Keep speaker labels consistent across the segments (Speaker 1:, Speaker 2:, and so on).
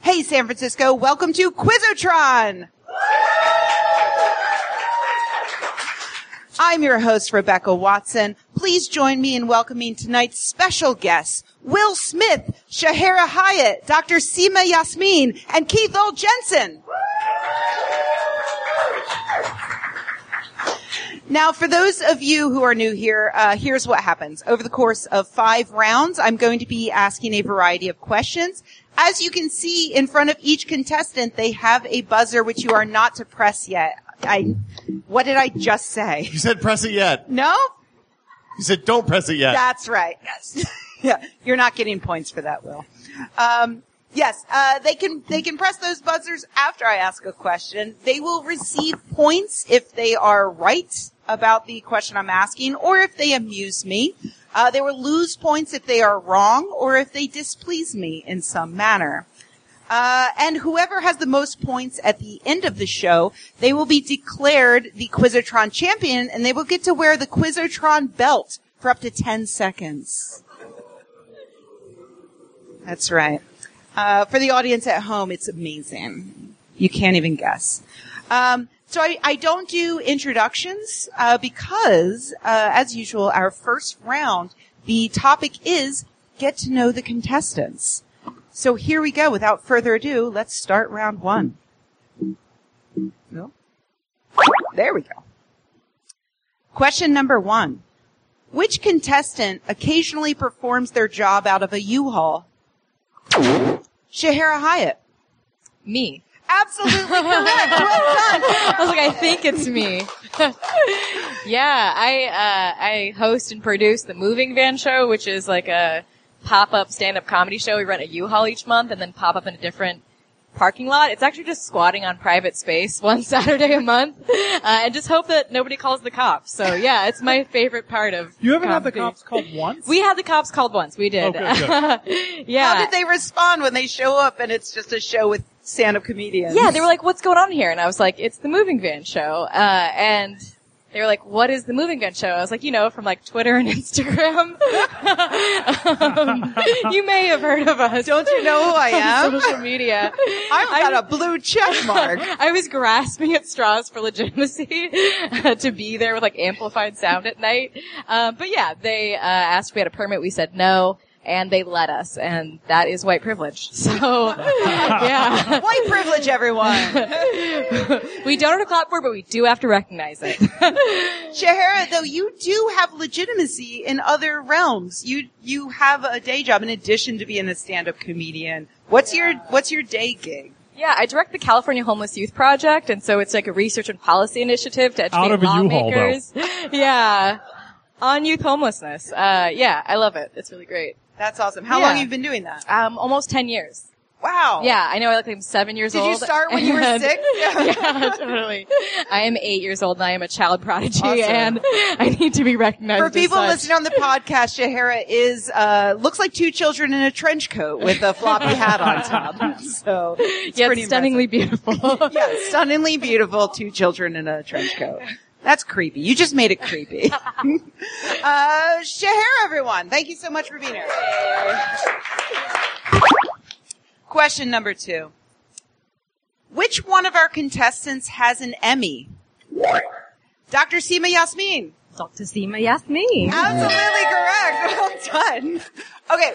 Speaker 1: Hey, San Francisco, welcome to Quizotron! I'm your host, Rebecca Watson. Please join me in welcoming tonight's special guests, Will Smith, Shahara Hyatt, Dr. Seema Yasmin, and Keith Old Jensen. Now, for those of you who are new here, uh, here's what happens. Over the course of five rounds, I'm going to be asking a variety of questions. As you can see in front of each contestant, they have a buzzer which you are not to press yet. I, what did I just say?
Speaker 2: You said press it yet.
Speaker 1: No?
Speaker 2: You said don't press it yet.
Speaker 1: That's right. Yes. yeah. You're not getting points for that, Will. Um, yes. Uh, they can, they can press those buzzers after I ask a question. They will receive points if they are right about the question I'm asking or if they amuse me. Uh, they will lose points if they are wrong or if they displease me in some manner. Uh, and whoever has the most points at the end of the show, they will be declared the Quizotron champion and they will get to wear the Quizotron belt for up to 10 seconds. That's right. Uh, for the audience at home, it's amazing. You can't even guess. Um, so I, I don't do introductions uh, because, uh, as usual, our first round, the topic is get to know the contestants. So here we go. Without further ado, let's start round one. No? There we go. Question number one. Which contestant occasionally performs their job out of a U-Haul? Shahara Hyatt.
Speaker 3: Me.
Speaker 1: Absolutely correct. Well done.
Speaker 3: I was like, I think it's me. yeah, I uh, I host and produce the Moving Van Show, which is like a pop up stand up comedy show. We rent a U-Haul each month and then pop up in a different parking lot. It's actually just squatting on private space one Saturday a month, uh, and just hope that nobody calls the cops. So yeah, it's my favorite part of.
Speaker 4: You haven't had the
Speaker 3: comedy.
Speaker 4: cops called once?
Speaker 3: We had the cops called once. We did.
Speaker 4: Oh, good,
Speaker 3: yeah.
Speaker 1: How did they respond when they show up and it's just a show with stand-up comedians?
Speaker 3: Yeah, they were like, "What's going on here?" And I was like, "It's the Moving Van Show." Uh, and they were like, "What is the Moving Van Show?" I was like, "You know, from like Twitter and Instagram. Um, you may have heard of us. Don't
Speaker 1: you know who I am?
Speaker 3: Social media.
Speaker 1: I've got a blue check mark.
Speaker 3: I was grasping at straws for legitimacy uh, to be there with like amplified sound at night. Um, but yeah, they uh, asked if we had a permit. We said no, and they let us, and that is white privilege. So yeah,
Speaker 1: White privilege, everyone.
Speaker 3: we don't have to clap for, it, but we do have to recognize it.
Speaker 1: Shahara, though, you do have legitimacy in other realms. You you have a day job in addition to being a stand-up comedian. What's your What's your day gig?
Speaker 3: yeah, I direct the California Homeless Youth Project, and so it's like a research and policy initiative to educate
Speaker 4: Out of a U-Haul, though.
Speaker 3: lawmakers. yeah, on youth homelessness. Uh, yeah, I love it. It's really great.
Speaker 1: That's awesome. How
Speaker 3: Yeah.
Speaker 1: long have you been doing that?
Speaker 3: Um, almost ten years.
Speaker 1: Wow.
Speaker 3: Yeah, I know. I look like I'm seven years
Speaker 1: Did
Speaker 3: old.
Speaker 1: you start when you were
Speaker 3: and-
Speaker 1: six?
Speaker 3: yeah, totally. I am eight years old and I am a child prodigy
Speaker 1: Awesome.
Speaker 3: and I need to be recognized.
Speaker 1: For
Speaker 3: as
Speaker 1: people
Speaker 3: such.
Speaker 1: listening on the podcast, Shahara is uh, looks like two children in a trench coat with a floppy hat on top. So it's
Speaker 3: yeah,
Speaker 1: pretty
Speaker 3: it's stunningly beautiful.
Speaker 1: impressive. yeah, stunningly beautiful two children in a trench coat. That's creepy. You just made it creepy. uh, Shahara, everyone, thank you so much for being here. Question number two: Which one of our contestants has an Emmy? Dr. Seema Yasmin.
Speaker 5: Dr. Seema Yasmin.
Speaker 1: Absolutely correct. Well done. Okay,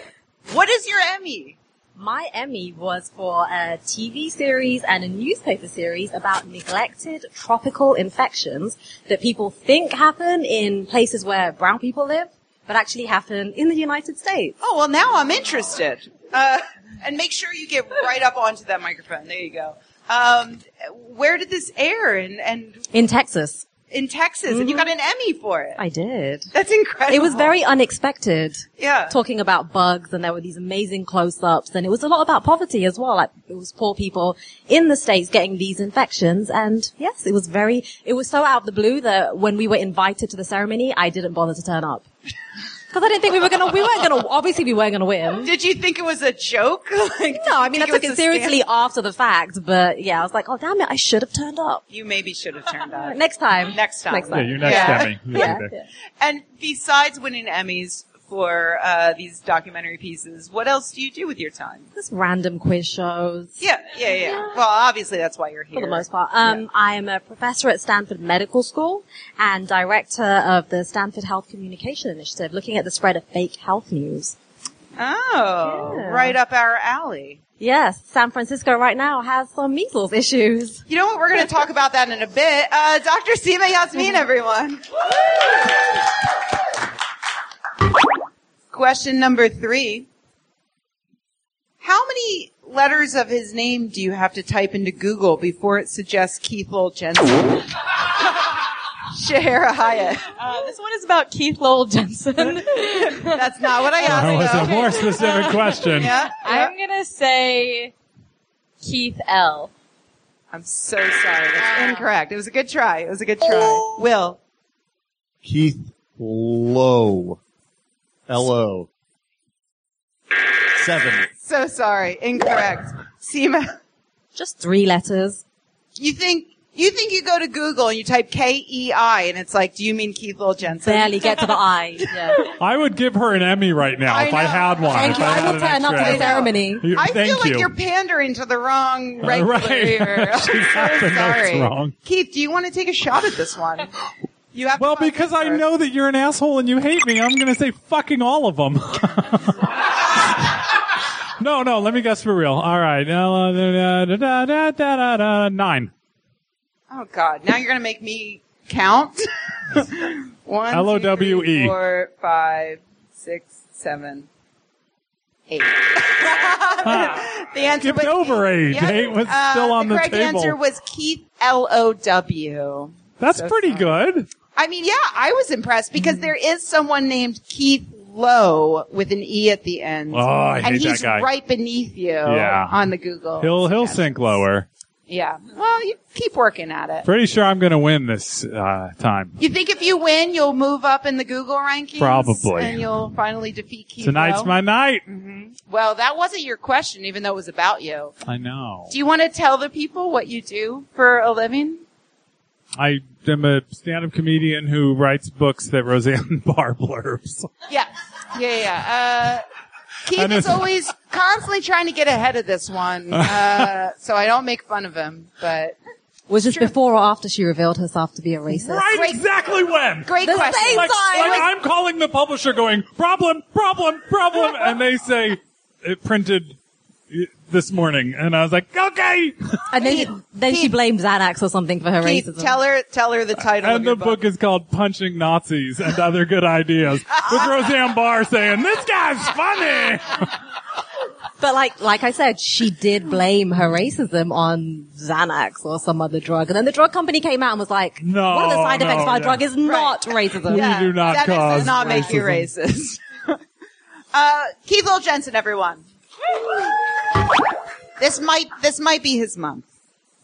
Speaker 1: what is your Emmy?
Speaker 5: My Emmy was for a TV series and a newspaper series about neglected tropical infections that people think happen in places where brown people live, but actually happen in the United States.
Speaker 1: Oh well, now I'm interested. Uh, and make sure you get right up onto that microphone. There you go. Um, where did this air? And, and
Speaker 5: In Texas.
Speaker 1: in Texas, and you got an Emmy for it.
Speaker 5: I did.
Speaker 1: That's incredible.
Speaker 5: Mm-hmm. It was very unexpected.
Speaker 1: Yeah.
Speaker 5: Talking about bugs and there were these amazing close-ups and it was a lot about poverty as well. Like it was poor people in the States getting these infections and yes, it was very, it was so out of the blue that when we were invited to the ceremony, I didn't bother to turn up. Cause I didn't think we were gonna, we weren't gonna, obviously we weren't gonna win.
Speaker 1: Did you think it was a joke? Like,
Speaker 5: No, I mean,
Speaker 1: did you
Speaker 5: I took
Speaker 1: think
Speaker 5: it
Speaker 1: was a scam?
Speaker 5: seriously after the fact, but yeah, I was like, oh damn it, I should have turned up.
Speaker 1: You maybe should have turned out.
Speaker 5: Next time.
Speaker 1: Next time.
Speaker 5: Next
Speaker 4: yeah,
Speaker 5: time.
Speaker 4: you're next
Speaker 1: Yeah.
Speaker 4: Emmy. You're
Speaker 5: Yeah.
Speaker 4: next.
Speaker 5: Yeah.
Speaker 1: And besides winning Emmys for uh, these documentary pieces, what else do you do with your time?
Speaker 5: Just random quiz shows.
Speaker 1: Yeah, yeah, yeah. Well, obviously that's why you're here.
Speaker 5: for the most part. Um, I am a professor at Stanford Medical School and director of the Stanford Health Communication Initiative, looking at the spread of fake health news.
Speaker 1: Oh,
Speaker 5: Yeah.
Speaker 1: right up our alley.
Speaker 5: Yes, San Francisco right now has some measles issues.
Speaker 1: You know what? We're going to talk about that in a bit. Uh, Dr. Sima Yasmin, everyone. Question number three. How many letters of his name do you have to type into Google before it suggests Keith Lowell Jensen? Shahara Hyatt.
Speaker 3: Uh, this one is about Keith Lowell Jensen.
Speaker 1: That's not what I
Speaker 4: That was
Speaker 1: asked.
Speaker 4: a
Speaker 1: though.
Speaker 4: more specific question.
Speaker 1: Yeah, yeah.
Speaker 3: I'm gonna say Keith L.
Speaker 1: I'm so sorry. That's Oh. incorrect. It was a good try. It was a good try. Will,
Speaker 2: Keith Low. L-O. Seven.
Speaker 1: So sorry, incorrect. Seema,
Speaker 5: Just three letters.
Speaker 1: you think you think you go to Google and you type K E I and it's like, do you mean Keith Lowell Jensen?
Speaker 5: Barely get to the I. Yeah.
Speaker 4: I would give her an Emmy right now
Speaker 1: I
Speaker 4: if I
Speaker 1: know.
Speaker 4: had one.
Speaker 5: Thank
Speaker 4: if
Speaker 5: you.
Speaker 4: I
Speaker 5: I
Speaker 4: had
Speaker 5: will
Speaker 4: an
Speaker 5: turn up to
Speaker 4: extra
Speaker 5: the
Speaker 4: Emmy.
Speaker 5: ceremony.
Speaker 4: You-
Speaker 1: I
Speaker 4: Thank
Speaker 1: feel like
Speaker 4: you. Uh,
Speaker 1: you're pandering to the wrong regular.
Speaker 4: right.
Speaker 1: I'm so
Speaker 4: Something that's
Speaker 1: sorry.
Speaker 4: wrong.
Speaker 1: Keith, do you want to take a shot at this one? You have to
Speaker 4: Well,
Speaker 1: go on
Speaker 4: because I
Speaker 1: first.
Speaker 4: know that you're an asshole and you hate me, I'm going to say fucking all of them. no, no, let me guess for real. All right. Uh, da, da, da, da, da, da, da, Nine.
Speaker 1: Oh God, now you're gonna make me count. One,
Speaker 4: L O W
Speaker 1: two,
Speaker 4: E.
Speaker 1: three, four, five, six, seven, eight. the answer
Speaker 4: Skipped
Speaker 1: was
Speaker 4: over eight.
Speaker 1: Yep.
Speaker 4: Eight was
Speaker 1: Uh,
Speaker 4: still on the,
Speaker 1: correct
Speaker 4: table.
Speaker 1: answer was Keith L O W.
Speaker 4: That's
Speaker 1: So
Speaker 4: pretty good.
Speaker 1: I mean, yeah, I was impressed because
Speaker 4: Mm.
Speaker 1: there is someone named Keith Lowe with an E at the end.
Speaker 4: Oh, I
Speaker 1: and
Speaker 4: hate
Speaker 1: he's
Speaker 4: that guy.
Speaker 1: right beneath you
Speaker 4: Yeah.
Speaker 1: on the Google.
Speaker 4: He'll he'll
Speaker 1: suggestions.
Speaker 4: sink lower.
Speaker 1: Yeah. Well, you keep working at it.
Speaker 4: Pretty sure I'm going to win this uh, time.
Speaker 1: You think if you win, you'll move up in the Google rankings?
Speaker 4: Probably.
Speaker 1: And you'll finally defeat Keith
Speaker 4: Tonight's
Speaker 1: Lowe?
Speaker 4: my night.
Speaker 1: Well, that wasn't your question, even though it was about you.
Speaker 4: I know.
Speaker 1: Do you want to tell the people what you do for a living?
Speaker 4: I am a stand-up comedian who writes books that Roseanne Barr blurbs.
Speaker 1: Yeah. Yeah, yeah. Uh, Keith
Speaker 4: know-
Speaker 1: is always constantly trying to get ahead of this one, uh, so I don't make fun of him. But
Speaker 5: Was this before or after she revealed herself to be a racist?
Speaker 4: Right
Speaker 1: Great-
Speaker 4: exactly when.
Speaker 1: great
Speaker 5: The
Speaker 1: question.
Speaker 5: same
Speaker 4: Like,
Speaker 5: time.
Speaker 4: like I'm calling the publisher going, problem, problem, problem, and they say it printed uh, this morning. And I was like, okay.
Speaker 5: And then, then she
Speaker 1: Keith.
Speaker 5: blames Xanax or something for her
Speaker 1: Keith,
Speaker 5: racism.
Speaker 1: tell her, tell her the title of
Speaker 4: And
Speaker 1: your
Speaker 4: the book is called Punching Nazis and Other Good Ideas with Roseanne Barr saying, this guy's funny.
Speaker 5: But like, like I said, she did blame her racism on Xanax or some other drug. And then the drug company came out and was like,
Speaker 4: No,
Speaker 5: one of the side
Speaker 4: no,
Speaker 5: effects of our
Speaker 4: yeah.
Speaker 5: drug is not racism.
Speaker 4: Yeah. do not
Speaker 1: that
Speaker 4: cause
Speaker 1: does not make you
Speaker 4: racism.
Speaker 1: racist. uh, Keith Lowell Jensen, everyone. This might this might be his month.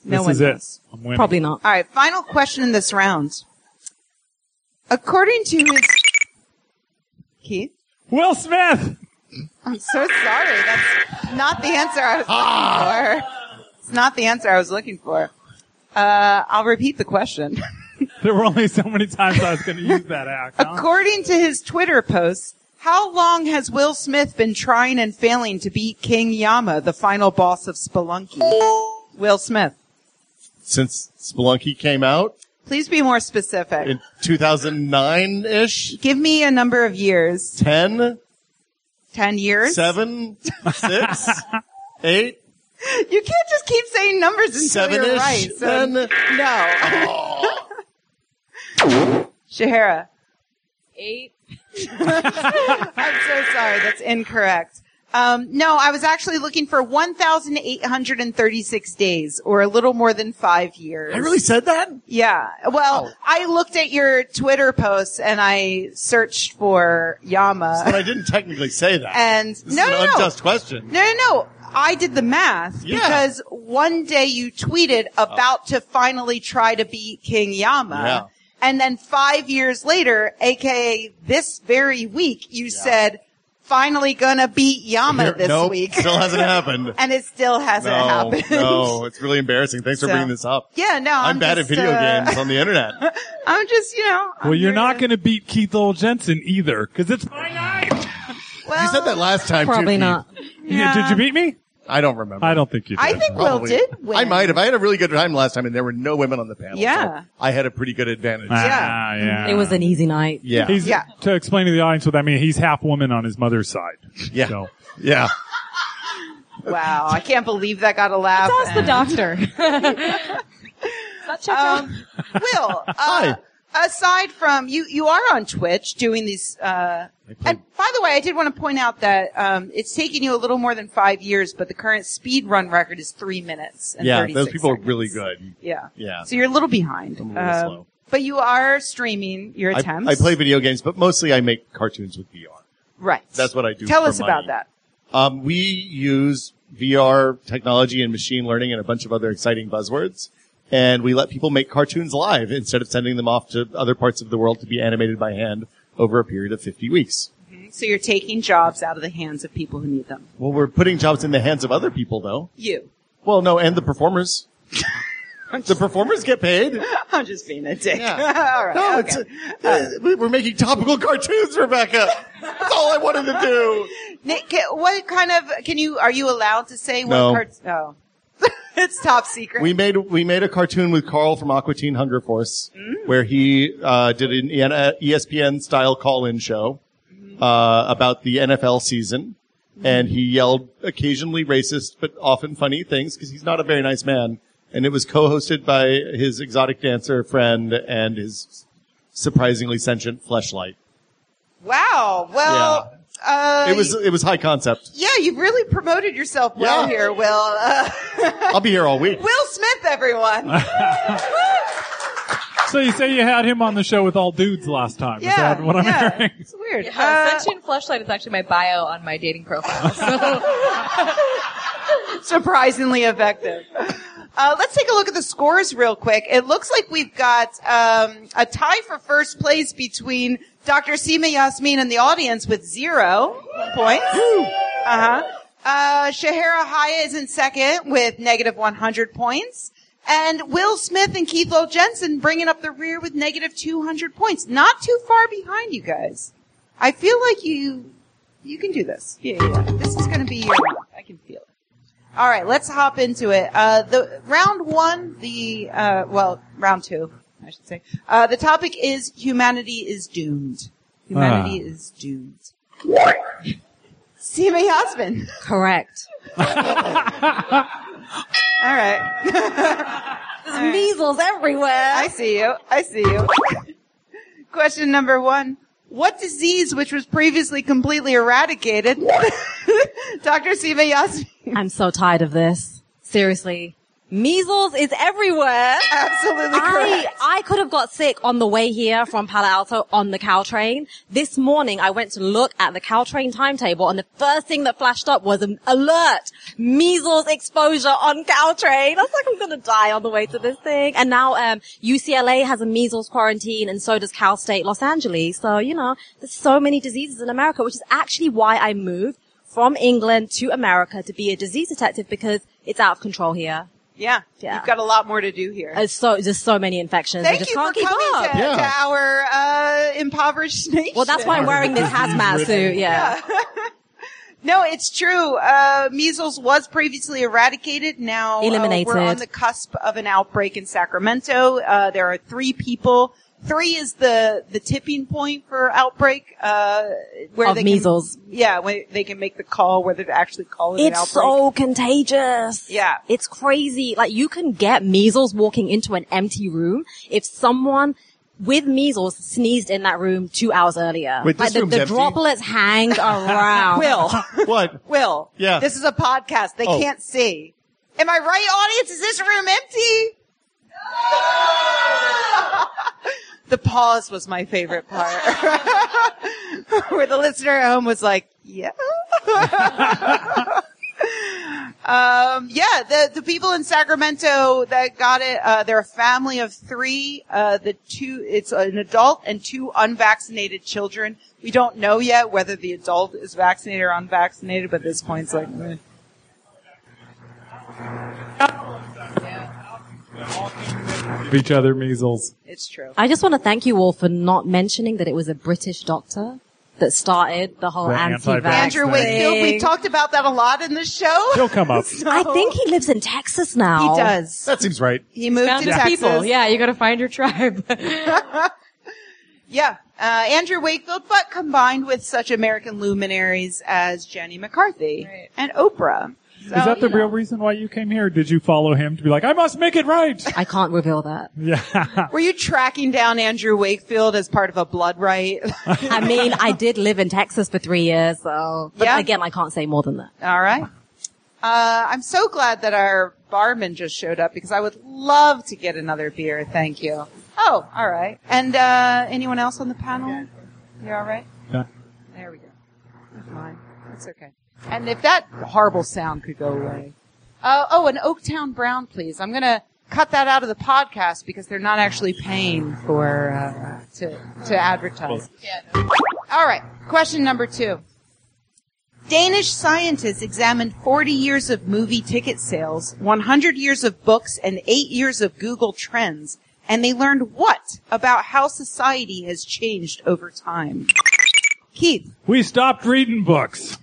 Speaker 1: No
Speaker 4: this
Speaker 1: one
Speaker 4: is
Speaker 1: knows.
Speaker 4: it. I'm winning.
Speaker 5: Probably not.
Speaker 1: All right, final question in this round. According to his Keith,
Speaker 4: Will Smith.
Speaker 1: I'm so sorry. That's not the answer I was
Speaker 4: Ah!
Speaker 1: looking for. It's not the answer I was looking for. Uh, I'll repeat the question.
Speaker 4: There were only so many times I was going to use that act. huh?
Speaker 1: According to his Twitter post, how long has Will Smith been trying and failing to beat King Yama, the final boss of Spelunky? Will Smith,
Speaker 2: Since Spelunky came out
Speaker 1: please be more specific.
Speaker 2: in 2009-ish,
Speaker 1: Give me a number of years.
Speaker 2: 10,
Speaker 1: Ten years?
Speaker 2: 7, 6, 8,
Speaker 1: You can't just keep saying numbers until you're
Speaker 2: Seven-ish,
Speaker 1: right. So
Speaker 2: then?
Speaker 1: no. Shahara,
Speaker 3: Eight.
Speaker 1: I'm so sorry. That's incorrect. Um, no, I was actually looking for 1,836 days, or a little more than five years.
Speaker 2: I really said that?
Speaker 1: Yeah.
Speaker 2: Oh.
Speaker 1: Well, I looked at your Twitter posts and I searched for
Speaker 2: But
Speaker 1: Yama.
Speaker 2: I didn't technically say that.
Speaker 1: And
Speaker 2: this
Speaker 1: Uh, no,
Speaker 2: is
Speaker 1: no,
Speaker 2: an
Speaker 1: no.
Speaker 2: unjust question.
Speaker 1: No, no, no. I did the math
Speaker 2: Yeah. Oh.
Speaker 1: because one day you tweeted about to finally try to beat King Yama. And then five years later, aka this very week, you said, finally gonna beat Yama this
Speaker 2: nope,
Speaker 1: week.
Speaker 2: still hasn't happened.
Speaker 1: and it still hasn't
Speaker 2: no,
Speaker 1: happened.
Speaker 2: no, it's really embarrassing. Thanks
Speaker 1: So-
Speaker 2: for bringing this up.
Speaker 1: Yeah, no, I'm,
Speaker 2: I'm, bad
Speaker 1: just,
Speaker 2: at video
Speaker 1: uh,
Speaker 2: games on the internet.
Speaker 1: I'm just, you know. I'm
Speaker 4: Well, you're
Speaker 1: here
Speaker 4: not
Speaker 1: to-
Speaker 4: going to beat Keith Old Jensen either, because it's my night.
Speaker 1: Well,
Speaker 2: you said that last time too.
Speaker 5: Probably
Speaker 2: Pete.
Speaker 5: not.
Speaker 4: Yeah, Did you beat me?
Speaker 2: I don't remember.
Speaker 4: I don't think you did.
Speaker 1: I think Will
Speaker 2: Probably.
Speaker 1: did win.
Speaker 2: I might have. I had a really good time last time, and there were no women on the panel. so
Speaker 1: Yeah.
Speaker 2: I had a pretty good advantage.
Speaker 4: Ah,
Speaker 1: yeah.
Speaker 4: yeah.
Speaker 5: It was an easy night.
Speaker 2: yeah,
Speaker 4: He's,
Speaker 1: Yeah.
Speaker 4: To explain to the audience what that means, he's half woman on his mother's side.
Speaker 2: yeah,
Speaker 4: So.
Speaker 2: yeah.
Speaker 1: Wow, I can't believe that got a laugh.
Speaker 5: Ask the doctor. Such a
Speaker 1: Um, Will, uh,
Speaker 2: Hi.
Speaker 1: aside from you, you are on Twitch doing these. Uh, and by the way, I did want to point out that um, it's taken you a little more than five years, but the current speed run record is three minutes. And
Speaker 2: yeah,
Speaker 1: 36
Speaker 2: those people
Speaker 1: seconds.
Speaker 2: are really good.
Speaker 1: Yeah,
Speaker 2: Yeah.
Speaker 1: So you're a little behind.
Speaker 2: I'm a little
Speaker 1: Um,
Speaker 2: slow.
Speaker 1: But you are streaming your
Speaker 2: I,
Speaker 1: attempts.
Speaker 2: I play video games, but mostly I make cartoons with VR.
Speaker 1: Right.
Speaker 2: That's what I do
Speaker 1: Tell
Speaker 2: for
Speaker 1: us about
Speaker 2: money.
Speaker 1: that.
Speaker 2: Um, we use VR technology and machine learning and a bunch of other exciting buzzwords. And we let people make cartoons live instead of sending them off to other parts of the world to be animated by hand over a period of 50 weeks.
Speaker 1: So you're taking jobs out of the hands of people who need them.
Speaker 2: Well, we're putting jobs in the hands of other people though.
Speaker 1: You.
Speaker 2: Well, no, and the performers. the performers get paid.
Speaker 1: I'm just being a dick.
Speaker 2: Yeah.
Speaker 1: All right.
Speaker 2: No,
Speaker 1: okay.
Speaker 2: it's, uh, we- we're making topical cartoons, Rebecca. That's all I wanted to do.
Speaker 1: Nick, ca- what kind of can you? Are you allowed to say
Speaker 2: No.
Speaker 1: what parts? Oh, it's top secret.
Speaker 2: We made we made a cartoon with Carl from Aqua Teen Hunger Force, where he uh, did an ESPN style call in show uh, about the NFL season, and he yelled occasionally racist but often funny things because he's not a very nice man. And it was co-hosted by his exotic dancer friend and his surprisingly sentient fleshlight.
Speaker 1: wow. Well, uh,
Speaker 2: It was it was high concept.
Speaker 1: Yeah, you really promoted yourself well
Speaker 2: Yeah.
Speaker 1: here, Will. Uh,
Speaker 2: I'll be here all week.
Speaker 1: Will Smith, everyone.
Speaker 4: So you say you had him on the show with all dudes last time. Is
Speaker 1: yeah,
Speaker 4: that what I'm
Speaker 1: yeah.
Speaker 4: hearing?
Speaker 1: It's weird.
Speaker 3: Uh,
Speaker 1: Uh,
Speaker 3: Sentient Fleshlight is actually my bio on my dating profile.
Speaker 1: surprisingly effective. Uh, let's take a look at the scores real quick. It looks like we've got um, a tie for first place between Dr. Seema Yasmin and the audience with zero points. Uh-huh. Uh, Shahara Haya is in second with negative 100 points. And Will Smith and Keith L. Jensen bringing up the rear with negative 200 points. Not too far behind you guys. I feel like you, you can do this. Yeah, yeah. yeah. This is going to be your month. I can feel it. All right, let's hop into it. Uh, the round one, the uh, well, round two, I should say. Uh, the topic is humanity is doomed. Humanity is doomed. See my husband.
Speaker 5: Correct.
Speaker 1: All right,
Speaker 5: There's measles everywhere.
Speaker 1: I see you. I see you. Question number one: What disease, which was previously completely eradicated, Doctor Sima Yasmin
Speaker 5: I'm so tired of this. Seriously. Measles is everywhere.
Speaker 1: absolutely
Speaker 5: I,
Speaker 1: correct?
Speaker 5: I could have got sick on the way here from Palo Alto on the Caltrain. This morning I went to look at the Caltrain timetable and the first thing that flashed up was an alert. Measles exposure on Caltrain. I was like, I'm gonna die on the way to this thing. And now, um, UCLA has a measles quarantine and so does Cal State Los Angeles. So, you know, there's so many diseases in America, which is actually why I moved from England to America to be a disease detective because it's out of control here.
Speaker 1: Yeah,
Speaker 5: Yeah.
Speaker 1: you've got a lot more to do here.
Speaker 5: It's so, just so many infections. I
Speaker 1: Thank
Speaker 5: just
Speaker 1: you for
Speaker 5: can't keep up.
Speaker 1: coming to,
Speaker 2: Yeah.
Speaker 1: to our uh, impoverished nation.
Speaker 5: Well, that's why I'm wearing this hazmat suit. Yeah.
Speaker 1: No, it's true. Uh, measles was previously eradicated. Now uh,
Speaker 5: Eliminated.
Speaker 1: we're on the cusp of an outbreak in Sacramento. Uh, there are three people. Three is the the tipping point for outbreak. Uh, where
Speaker 5: Of
Speaker 1: they
Speaker 5: measles.
Speaker 1: Can, yeah, when they can make the call whether to actually call it an
Speaker 5: It's
Speaker 1: outbreak.
Speaker 5: so contagious.
Speaker 1: Yeah.
Speaker 5: It's crazy. Like you can get measles walking into an empty room if someone with measles sneezed in that room two hours earlier.
Speaker 2: Wait,
Speaker 5: like
Speaker 2: this
Speaker 5: the,
Speaker 2: room's
Speaker 5: the
Speaker 2: empty?
Speaker 5: droplets hang around.
Speaker 1: Will,
Speaker 2: What?
Speaker 1: Will.
Speaker 2: Yeah.
Speaker 1: This is a podcast. They
Speaker 2: Oh.
Speaker 1: can't see. Am I right, audience? Is this room empty? the pause was my favorite part. Where the listener at home was like, yeah. Um, yeah, the, the people in Sacramento that got it, uh, they're a family of three. Uh, the two, it's an adult and two unvaccinated children. We don't know yet whether the adult is vaccinated or unvaccinated, but at this point it's like, "Mm, meh.
Speaker 4: Give each other measles.
Speaker 1: it's true.
Speaker 5: I just want to thank you all for not mentioning that it was a British doctor that started the whole
Speaker 4: The
Speaker 5: anti-vax.
Speaker 4: anti-vax
Speaker 1: Andrew
Speaker 4: thing.
Speaker 1: Wakefield, we
Speaker 5: thing.
Speaker 1: talked about that a lot in the show.
Speaker 4: He'll come up.
Speaker 5: I think he lives in Texas
Speaker 1: He
Speaker 5: now.
Speaker 1: does.
Speaker 2: That seems right.
Speaker 1: He moved
Speaker 3: Found
Speaker 1: to
Speaker 3: his
Speaker 1: Texas.
Speaker 3: people. Yeah, you gotta find your tribe.
Speaker 1: Yeah, uh, Andrew Wakefield, but combined with such American luminaries as Jenny McCarthy
Speaker 3: Right.
Speaker 1: and Oprah. So,
Speaker 4: Is that the
Speaker 1: you know.
Speaker 4: real reason why you came here? Did you follow him to be like, I must make it right?
Speaker 5: I can't reveal that.
Speaker 4: yeah.
Speaker 1: Were you tracking down Andrew Wakefield as part of a blood right?
Speaker 5: I mean, I did live in Texas for three years, so. But
Speaker 1: Yeah.
Speaker 5: again, I can't say more than that.
Speaker 1: All right. Uh, I'm so glad that our barman just showed up because I would love to get another beer. Thank you. Oh, all right. And uh, anyone else on the panel? You all right? There we go. That's mine. That's okay. And if that horrible sound could go away. Uh, oh, an Oaktown Brown, please. I'm going to cut that out of the podcast because they're not actually paying for uh, to to advertise. All right. Question number two. Danish scientists examined 40 years of movie ticket sales, 100 years of books, and 8 years of Google Trends, and they learned what about how society has changed over time? Keith,
Speaker 4: We stopped reading books.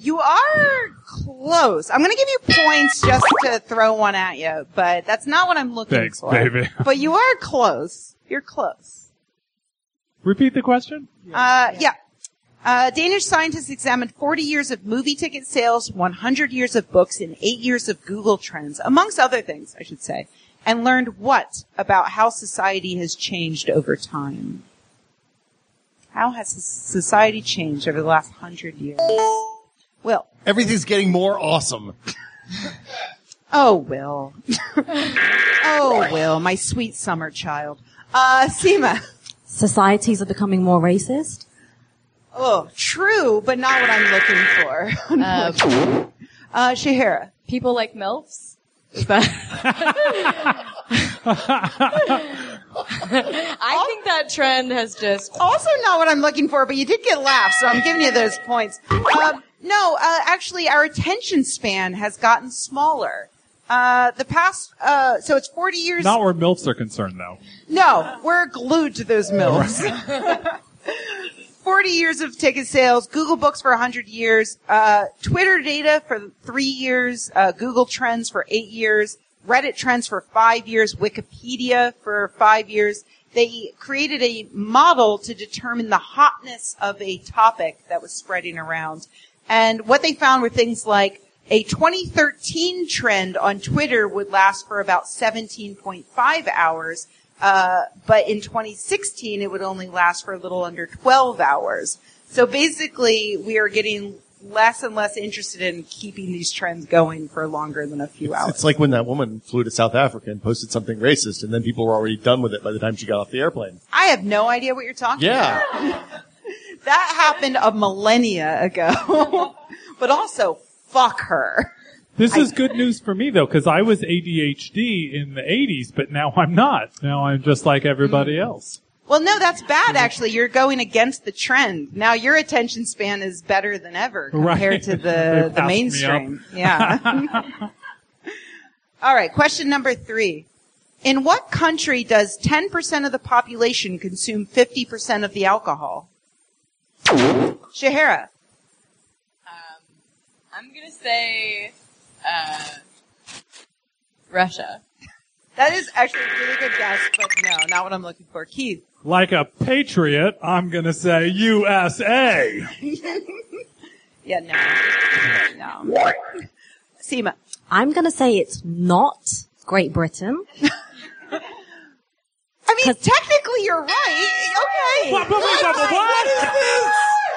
Speaker 1: you are close. I'm going to give you points just to throw one at you, but that's not what I'm looking
Speaker 4: Thanks,
Speaker 1: for.
Speaker 4: baby.
Speaker 1: But you are close. You're close.
Speaker 4: Repeat the question.
Speaker 1: Uh, yeah. Uh, Danish scientists examined 40 years of movie ticket sales, 100 years of books, and 8 years of Google Trends, amongst other things, I should say, and learned what about how society has changed over time? How has society changed over the last 100 years? Will.
Speaker 2: Everything's getting more awesome.
Speaker 1: Oh, Will. oh, Will, my sweet summer child. Uh, Seema.
Speaker 5: Societies are becoming more racist.
Speaker 1: Oh, true, but not what I'm looking for. unfortunately. uh, Shahira.
Speaker 3: People like MILFs? I think that trend has just
Speaker 1: Also not what I'm looking for, but you did get laughs, so I'm giving you those points. Um, no, uh, actually, our attention span has gotten smaller. Uh, the past, uh, so it's 40 years.
Speaker 4: Not where MILFs are concerned, though.
Speaker 1: No, we're glued to those mills. 40 years of ticket sales, Google Books for 100 years, uh, Twitter data for three years, uh, Google Trends for eight years, Reddit Trends for five years, Wikipedia for five years. They created a model to determine the hotness of a topic that was spreading around. And what they found were things like a 2013 trend on Twitter would last for about 17.5 hours, uh, but in 2016 it would only last for a little under 12 hours. So basically, we are getting less and less interested in keeping these trends going for longer than a few hours.
Speaker 2: It's like when that woman flew to South Africa and posted something racist, and then people were already done with it by the time she got off the airplane.
Speaker 1: I have no idea what you're talking
Speaker 2: Yeah.
Speaker 1: about. That happened a millennia ago. but also, fuck her.
Speaker 4: This is good news for me, though, because I was ADHD in the 80s, but now I'm not. Now I'm just like everybody
Speaker 1: Mm-hmm.
Speaker 4: else.
Speaker 1: Well, no, that's bad. Actually, you're going against the trend. Now your attention span is better than ever compared
Speaker 4: Right.
Speaker 1: to
Speaker 4: They
Speaker 1: the
Speaker 4: passed me
Speaker 1: the
Speaker 4: up.
Speaker 1: mainstream. Yeah. All right. Question number three. In what country does 10% of the population consume 50% of the alcohol? Shahara.
Speaker 3: I'm gonna say uh, Russia.
Speaker 1: That is actually a really good guess, but no, not what I'm looking for. Keith.
Speaker 4: Like a patriot, I'm going to say USA.
Speaker 1: Yeah, no. No. Seema.
Speaker 5: I'm gonna say it's not Great Britain.
Speaker 1: I mean,
Speaker 5: 'Cause-
Speaker 1: technically you're right. Okay.
Speaker 4: What, what, what, what, what?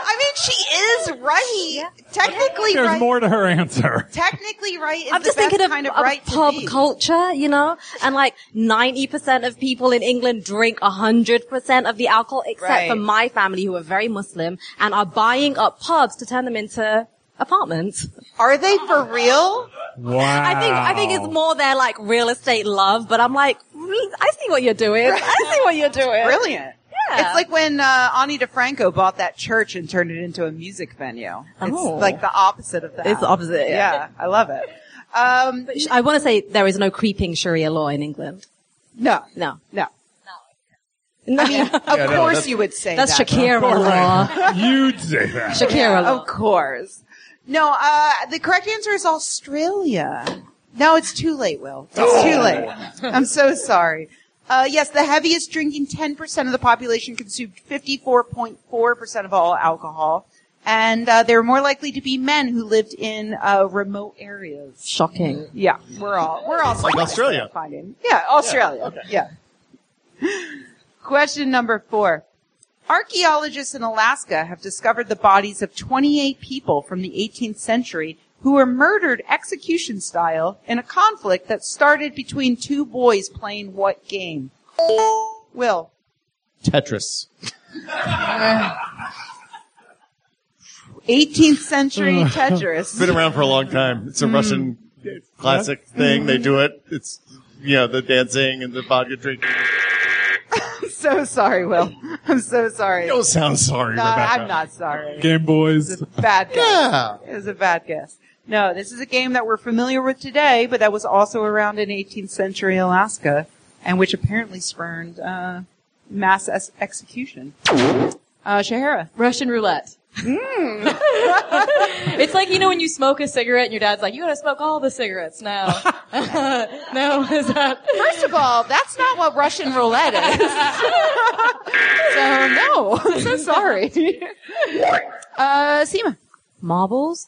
Speaker 1: I mean, she is right. Technically
Speaker 4: There's
Speaker 1: right.
Speaker 4: more to her answer.
Speaker 1: Technically right is
Speaker 5: I'm
Speaker 1: the
Speaker 5: just
Speaker 1: best
Speaker 5: thinking of,
Speaker 1: kind of,
Speaker 5: of
Speaker 1: right to
Speaker 5: pub
Speaker 1: be.
Speaker 5: culture, you know, and like 90% of people in England drink 100% of the alcohol, except
Speaker 1: Right.
Speaker 5: for my family who are very Muslim and are buying up pubs to turn them into apartment.
Speaker 1: Are they for real?
Speaker 4: Wow.
Speaker 5: I think I think it's more their like real estate love, but I'm like, "Mm, I see what you're doing. I see what you're doing.
Speaker 1: Brilliant.
Speaker 5: Yeah.
Speaker 1: It's like when uh, Ani DeFranco bought that church and turned it into a music venue. It's
Speaker 5: Oh.
Speaker 1: like the opposite of that.
Speaker 5: It's the opposite,
Speaker 1: Yeah,
Speaker 5: yeah.
Speaker 1: I love it. Um,
Speaker 5: Sh- Um, I want to say there is no creeping Sharia law in England.
Speaker 1: no,
Speaker 5: No.
Speaker 1: no.
Speaker 5: No.
Speaker 1: I mean, of
Speaker 2: no,
Speaker 1: course
Speaker 2: that's-
Speaker 1: you would say
Speaker 5: that's
Speaker 1: that.
Speaker 5: Shakira law.
Speaker 4: You'd say that.
Speaker 5: Shakira
Speaker 1: Yeah,
Speaker 5: law.
Speaker 1: of course. No, uh, the correct answer is Australia. No, it's too late, Will. It's too late. I'm so sorry. Uh, yes, the heaviest drinking 10% of the population consumed 54.4% of all alcohol. And uh, they were more likely to be men who lived in uh, remote areas.
Speaker 5: Shocking.
Speaker 1: Yeah, we're all we're all surprised
Speaker 2: Australia.
Speaker 1: at Finding. Yeah, Australia. Yeah. Question number four. Archaeologists in Alaska have discovered the bodies of 28 people from the 18th century who were murdered execution style in a conflict that started between two boys playing what game? Will.
Speaker 2: Tetris.
Speaker 1: 18th century Tetris.
Speaker 2: It's been around for a long time.
Speaker 1: Hmm.
Speaker 2: It's a Russian classic thing. They do it. It's you know the dancing and the vodka drinking.
Speaker 1: so sorry, Will. I'm so sorry.
Speaker 2: Don't sound sorry,
Speaker 1: No,
Speaker 2: Rebecca.
Speaker 1: I'm not sorry.
Speaker 4: Game Boys.
Speaker 1: It's a bad guess.
Speaker 2: Yeah.
Speaker 1: It was a bad guess. No, this is a game that we're familiar with today, but that was also around in 18th century Alaska, and which apparently spurned uh, mass es- execution. Uh, Shahara.
Speaker 3: Russian roulette.
Speaker 5: Hmm.
Speaker 3: it's like you know when you smoke a cigarette and your dad's like, "You gotta smoke all the cigarettes now." no, is that
Speaker 1: First of all, that's not what Russian roulette is. so no, I'm so sorry. Uh, Seema.
Speaker 5: Marbles?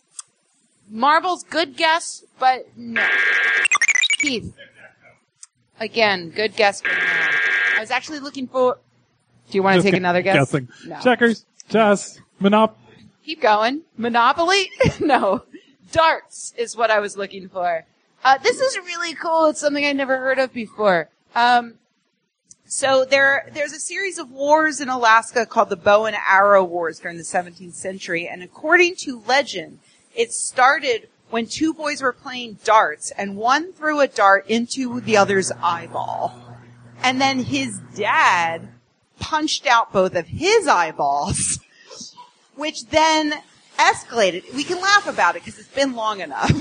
Speaker 1: Marbles, good guess, but no. Keith. Again, good guess, but no. I was actually looking for. Do you want to
Speaker 4: Just
Speaker 1: take
Speaker 4: gu-
Speaker 1: another guess?
Speaker 4: Guessing.
Speaker 1: No.
Speaker 4: Checkers. Chess. Monop.
Speaker 1: Keep going. Monopoly? no. Darts is what I was looking for. Uh, this is really cool. It's something I never heard of before. Um, so there, there's a series of wars in Alaska called the Bow and Arrow Wars during the 17th century, and according to legend, it started when two boys were playing darts, and one threw a dart into the other's eyeball, and then his dad punched out both of his eyeballs which then escalated. We can laugh about it because it's been long enough.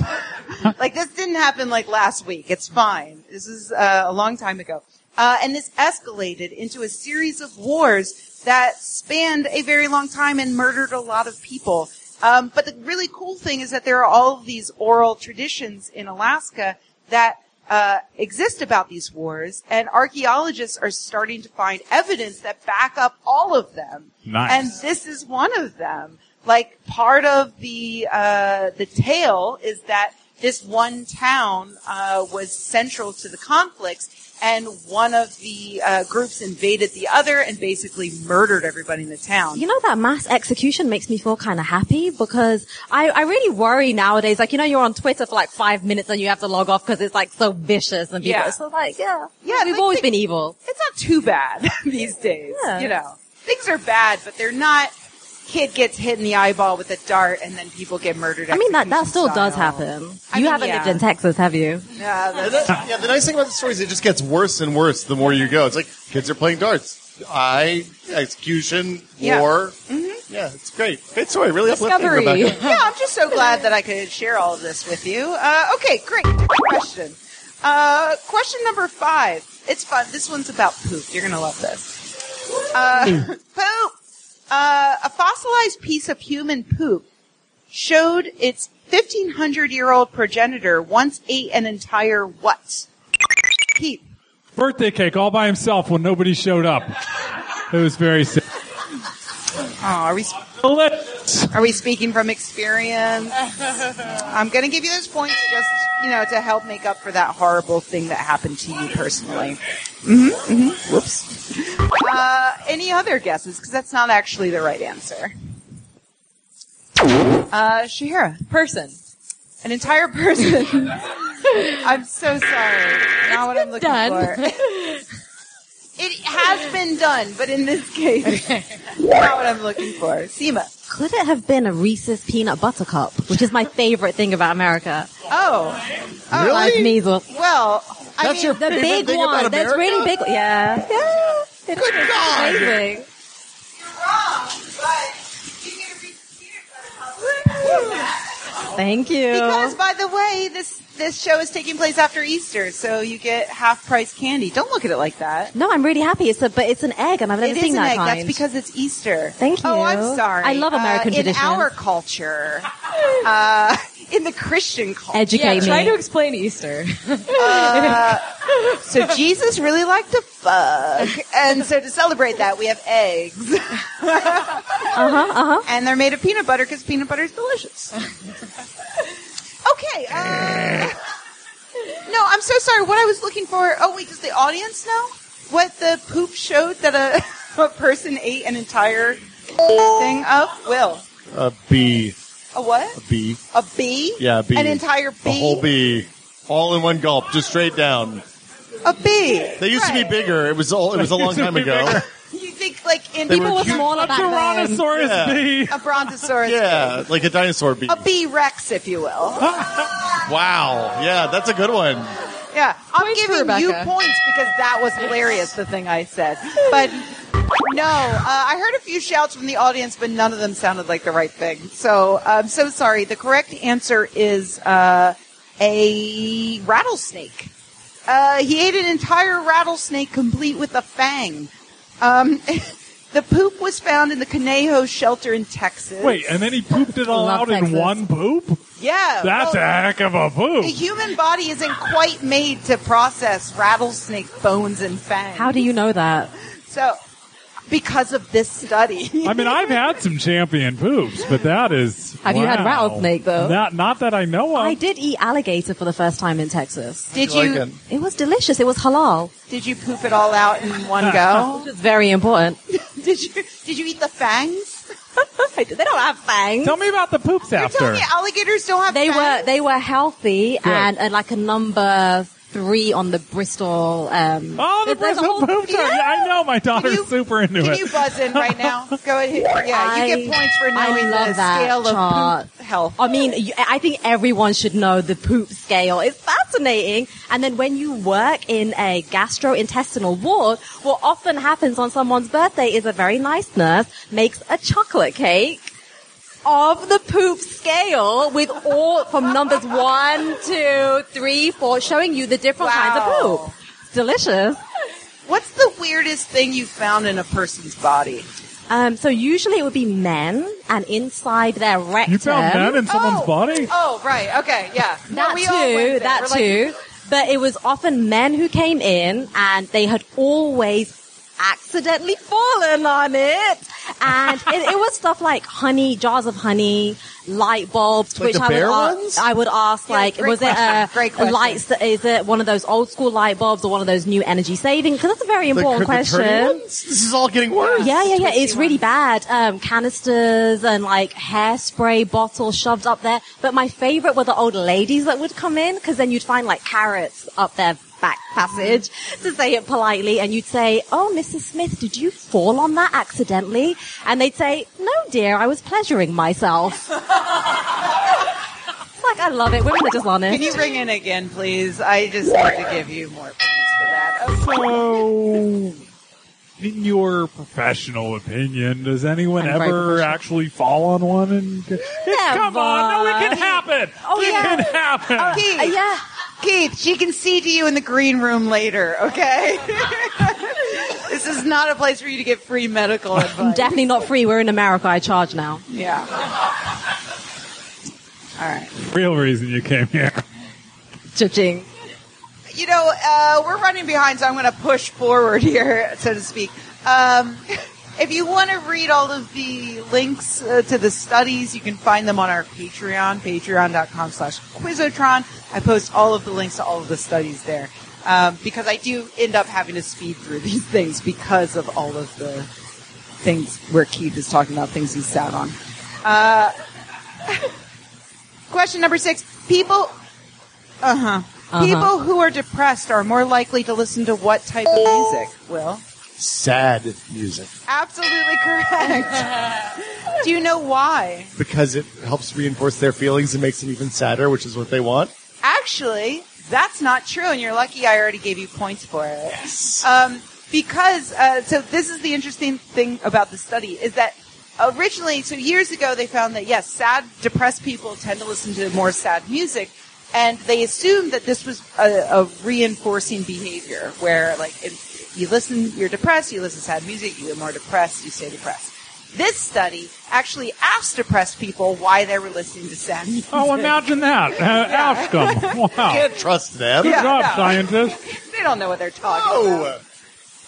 Speaker 1: like this didn't happen like last week. It's fine. This is uh, a long time ago. Uh, and this escalated into a series of wars that spanned a very long time and murdered a lot of people. Um, but the really cool thing is that there are all of these oral traditions in Alaska that uh, exist about these wars, and archaeologists are starting to find evidence that back up all of them.
Speaker 4: Nice.
Speaker 1: And this is one of them. Like part of the uh, the tale is that this one town uh, was central to the conflicts, and one of the uh, groups invaded the other and basically murdered everybody in the town.
Speaker 5: You know that mass execution makes me feel kind of happy because I, I really worry nowadays. Like, you know, you're on Twitter for like five minutes and you have to log off because it's like so vicious and people
Speaker 1: Yeah.
Speaker 5: are so like, yeah,
Speaker 1: Yeah,
Speaker 5: we've
Speaker 1: like
Speaker 5: always
Speaker 1: the-
Speaker 5: been evil.
Speaker 1: it's not too bad these days.
Speaker 5: Yeah.
Speaker 1: You know, things are bad, but they're not. Kid gets hit in the eyeball with a dart, and then people get murdered.
Speaker 5: I mean, that, that
Speaker 1: execution
Speaker 5: still does
Speaker 1: style.
Speaker 5: happen.
Speaker 1: I
Speaker 5: you
Speaker 1: mean,
Speaker 5: haven't
Speaker 1: yeah.
Speaker 5: lived in Texas, have you?
Speaker 1: Yeah, that's-
Speaker 2: And that- yeah, the nice thing about the story is it just gets worse and worse the more you go. It's like kids are playing darts. I execution
Speaker 1: Yeah. Mm-hmm.
Speaker 2: war. Yeah, it's great. Great story. Really
Speaker 5: Discovery.
Speaker 2: uplifting, Rebecca.
Speaker 1: yeah, I'm just so glad that I could share all of this with you. Uh, okay, great. Next question. Uh, question number five. It's fun. This one's about poop. You're going to love this. Uh, poop! Uh, a fossilized piece of human poop showed its 1,500 year old progenitor once ate an entire what? Heap.
Speaker 4: Birthday cake all by himself when nobody showed up. It was very sad.
Speaker 1: Oh, are we, are we speaking from experience? I'm going to give you those points just, you know, to help make up for that horrible thing that happened to you personally. Mm-hmm,
Speaker 2: Whoops.
Speaker 1: Uh, any other guesses? Because that's not actually the right answer. Uh, Shahira,
Speaker 3: person?
Speaker 1: an entire person. I'm so sorry. Not what I'm looking
Speaker 3: done.
Speaker 1: for. It has been done, but in this case, not what I'm looking for. Seema.
Speaker 5: Could it have been a Reese's peanut butter cup, which is my favorite thing about America?
Speaker 1: Oh,
Speaker 5: Besides
Speaker 2: really?
Speaker 5: measles.
Speaker 1: well, I
Speaker 2: That's
Speaker 1: mean,
Speaker 2: your
Speaker 5: The
Speaker 2: favorite
Speaker 5: big
Speaker 2: thing about
Speaker 5: one. That's
Speaker 2: America?
Speaker 5: really big. Yeah. Yeah. It is
Speaker 2: God.
Speaker 1: you're
Speaker 5: amazing.
Speaker 1: wrong, but you get a repeat
Speaker 5: Thank you.
Speaker 1: Because, by the way, this this show is taking place after Easter, so you get half price candy. Don't look at it like that.
Speaker 5: no, I'm really happy. It's a, but it's an egg, and I've never
Speaker 1: It
Speaker 5: seen
Speaker 1: is an
Speaker 5: that
Speaker 1: egg.
Speaker 5: kind.
Speaker 1: That's because it's Easter.
Speaker 5: Thank
Speaker 1: Oh,
Speaker 5: you.
Speaker 1: I'm sorry.
Speaker 5: I love American
Speaker 1: uh,
Speaker 5: traditions.
Speaker 1: In our culture, uh, in the Christian culture.
Speaker 5: educate me.
Speaker 3: try to explain Easter.
Speaker 1: So Jesus really liked to fuck. And so to celebrate that, we have eggs.
Speaker 5: uh huh. Uh huh.
Speaker 1: And they're made of peanut butter because peanut butter is delicious. okay. Uh, no, I'm so sorry. What I was looking for. Oh, wait, does the audience know what the poop showed that a, a person ate an entire thing of? Will.
Speaker 2: A bee.
Speaker 1: A what?
Speaker 2: A bee.
Speaker 1: A bee?
Speaker 2: Yeah, a bee.
Speaker 1: An entire bee?
Speaker 2: A whole bee. All in one gulp, just straight down.
Speaker 1: A bee.
Speaker 2: They used to
Speaker 1: Right.
Speaker 2: be bigger. It was all. It was a long
Speaker 4: Used to
Speaker 2: time
Speaker 4: be
Speaker 2: ago.
Speaker 4: bigger.
Speaker 1: You think, like, in
Speaker 2: They
Speaker 5: People were
Speaker 2: huge.
Speaker 5: smaller
Speaker 4: A
Speaker 5: back then.
Speaker 4: Tyrannosaurus
Speaker 2: Yeah.
Speaker 4: bee.
Speaker 1: a brontosaurus.
Speaker 2: Yeah, like a dinosaur bee.
Speaker 1: A bee rex, if you will.
Speaker 2: Wow. Yeah, that's a good one.
Speaker 1: Yeah, I'm
Speaker 3: Points for
Speaker 1: giving you
Speaker 3: Rebecca.
Speaker 1: points because that was hilarious, the thing I said. But no, uh, I heard a few shouts from the audience, but none of them sounded like the right thing. So I'm so sorry. The correct answer is uh, a rattlesnake. Uh, he ate an entire rattlesnake complete with a fang. Um, the poop was found in the Conejo shelter in Texas.
Speaker 4: Wait, and then he pooped it all
Speaker 5: Love
Speaker 4: out
Speaker 5: Texas.
Speaker 4: in one poop?
Speaker 1: yeah,
Speaker 4: That's
Speaker 1: well,
Speaker 4: a heck of a poop.
Speaker 1: the human body isn't quite made to process rattlesnake bones and fangs.
Speaker 5: How do you know that?
Speaker 1: So, because of this study,
Speaker 4: I mean, I've had some champion poops, but that is.
Speaker 5: Have you had
Speaker 4: wow.
Speaker 5: rattlesnake, though?
Speaker 4: Not, not that I know of.
Speaker 5: I did eat alligator for the first time in Texas.
Speaker 1: did
Speaker 2: Like
Speaker 1: you
Speaker 2: an-
Speaker 5: It was delicious. It was halal,
Speaker 1: did you poop it all out in one go?
Speaker 5: which is very important.
Speaker 1: did you did you eat the fangs?
Speaker 5: they don't have fangs.
Speaker 4: Tell me about the poops
Speaker 1: You're
Speaker 4: after.
Speaker 1: telling me alligators don't have
Speaker 5: They
Speaker 1: fangs?
Speaker 5: were they were healthy and, and like a number three on the Bristol. Um,
Speaker 4: Oh, the
Speaker 5: there's a
Speaker 4: Bristol
Speaker 5: whole-
Speaker 4: poops are. I know my daughter's
Speaker 1: you-
Speaker 4: super into
Speaker 1: Can
Speaker 4: it.
Speaker 1: you buzz in right now? Go ahead. Yeah, you get
Speaker 5: I-
Speaker 1: points for
Speaker 5: I
Speaker 1: knowing
Speaker 5: love
Speaker 1: the
Speaker 5: that
Speaker 1: scale
Speaker 5: chart.
Speaker 1: of poop health. Um,
Speaker 5: I mean, you- I think everyone should know the poop scale. It's fascinating. And then when you work in a gastrointestinal ward, what often happens on someone's birthday is a very nice nurse makes a chocolate cake of the poop scale with all from numbers one, two, three, four, showing you the different kinds of
Speaker 1: Wow.
Speaker 5: poop. It's delicious.
Speaker 1: What's the weirdest thing you found in a person's body?
Speaker 5: Um, so usually it would be men, and inside their rectum.
Speaker 4: You found men in someone's
Speaker 1: oh,
Speaker 4: body?
Speaker 1: Oh, right. Okay. Yeah.
Speaker 5: that
Speaker 1: no, we all went
Speaker 5: too,
Speaker 1: there.
Speaker 5: that
Speaker 1: We're like,
Speaker 5: too. but it was often men who came in and they had always accidentally fallen on it. And it, it was stuff like honey, jars of honey, light bulbs,
Speaker 2: Like
Speaker 5: which
Speaker 2: the
Speaker 5: I would,
Speaker 2: bare
Speaker 5: a-
Speaker 2: ones?
Speaker 5: I would ask,
Speaker 1: Yeah,
Speaker 5: like,
Speaker 1: great
Speaker 5: was it a,
Speaker 1: question, great
Speaker 5: a
Speaker 1: question.
Speaker 5: light, st- is it one of those old school light bulbs or one of those new energy saving? Because that's a very
Speaker 2: The,
Speaker 5: important
Speaker 2: the turning
Speaker 5: question.
Speaker 2: ones? This is all getting worse.
Speaker 5: Yeah, yeah, yeah. It's
Speaker 1: twisty
Speaker 5: really bad. Um, canisters and like hairspray bottles shoved up there. But my favorite were the old ladies that would come in because then you'd find like carrots up their back passage to say it politely and you'd say, Oh, Mrs. Smith, did you fall on that accidentally? And they'd say, No, dear, I was pleasuring myself. It's like, I love it. Women are just
Speaker 1: Can
Speaker 5: honest.
Speaker 1: you ring in again, please? I just need to give you more points for that. Oh, Okay.
Speaker 5: Oh.
Speaker 4: So, in your professional opinion, does anyone
Speaker 5: I'm very
Speaker 4: ever
Speaker 5: professional.
Speaker 4: actually fall on one? And come on, no, it can happen.
Speaker 5: Oh,
Speaker 4: it
Speaker 5: yeah.
Speaker 4: can happen.
Speaker 1: Keith,
Speaker 5: Uh, yeah.
Speaker 1: Keith, she can see to you in the green room later, okay? this is not a place for you to get free medical advice.
Speaker 5: Definitely not free. We're in America. I charge now.
Speaker 1: yeah. All right.
Speaker 4: Real reason you came here.
Speaker 5: Judging.
Speaker 1: You know, uh, we're running behind, so I'm going to push forward here, so to speak. Um, if you want to read all of the links uh, to the studies, you can find them on our Patreon, patreon.com slash quizotron. I post all of the links to all of the studies there um, because I do end up having to speed through these things because of all of the things where Keith is talking about things he sat on. Uh, question number six. People Uh-huh. People who are depressed are more likely to listen to what type of music? Will
Speaker 2: sad music
Speaker 1: Absolutely correct. Do you know why?
Speaker 2: because it helps reinforce their feelings and makes it even sadder, which is what they want.
Speaker 1: Actually, that's not true, and you're lucky I already gave you points for it. Um, because, uh, so this is the interesting thing about the study is that originally, so years ago, they found that yes, sad, depressed people tend to listen to more sad music, and they assumed that this was a, a reinforcing behavior where, like, if you listen, you're depressed, you listen to sad music, you get more depressed, you stay depressed. This study actually asked depressed people why they were listening to sad music.
Speaker 4: Oh, imagine that. Uh, Ask them. Wow.
Speaker 2: Can't trust them.
Speaker 4: Good
Speaker 1: Yeah,
Speaker 4: job,
Speaker 1: no.
Speaker 4: scientist.
Speaker 1: They don't know what they're talking about.
Speaker 2: No.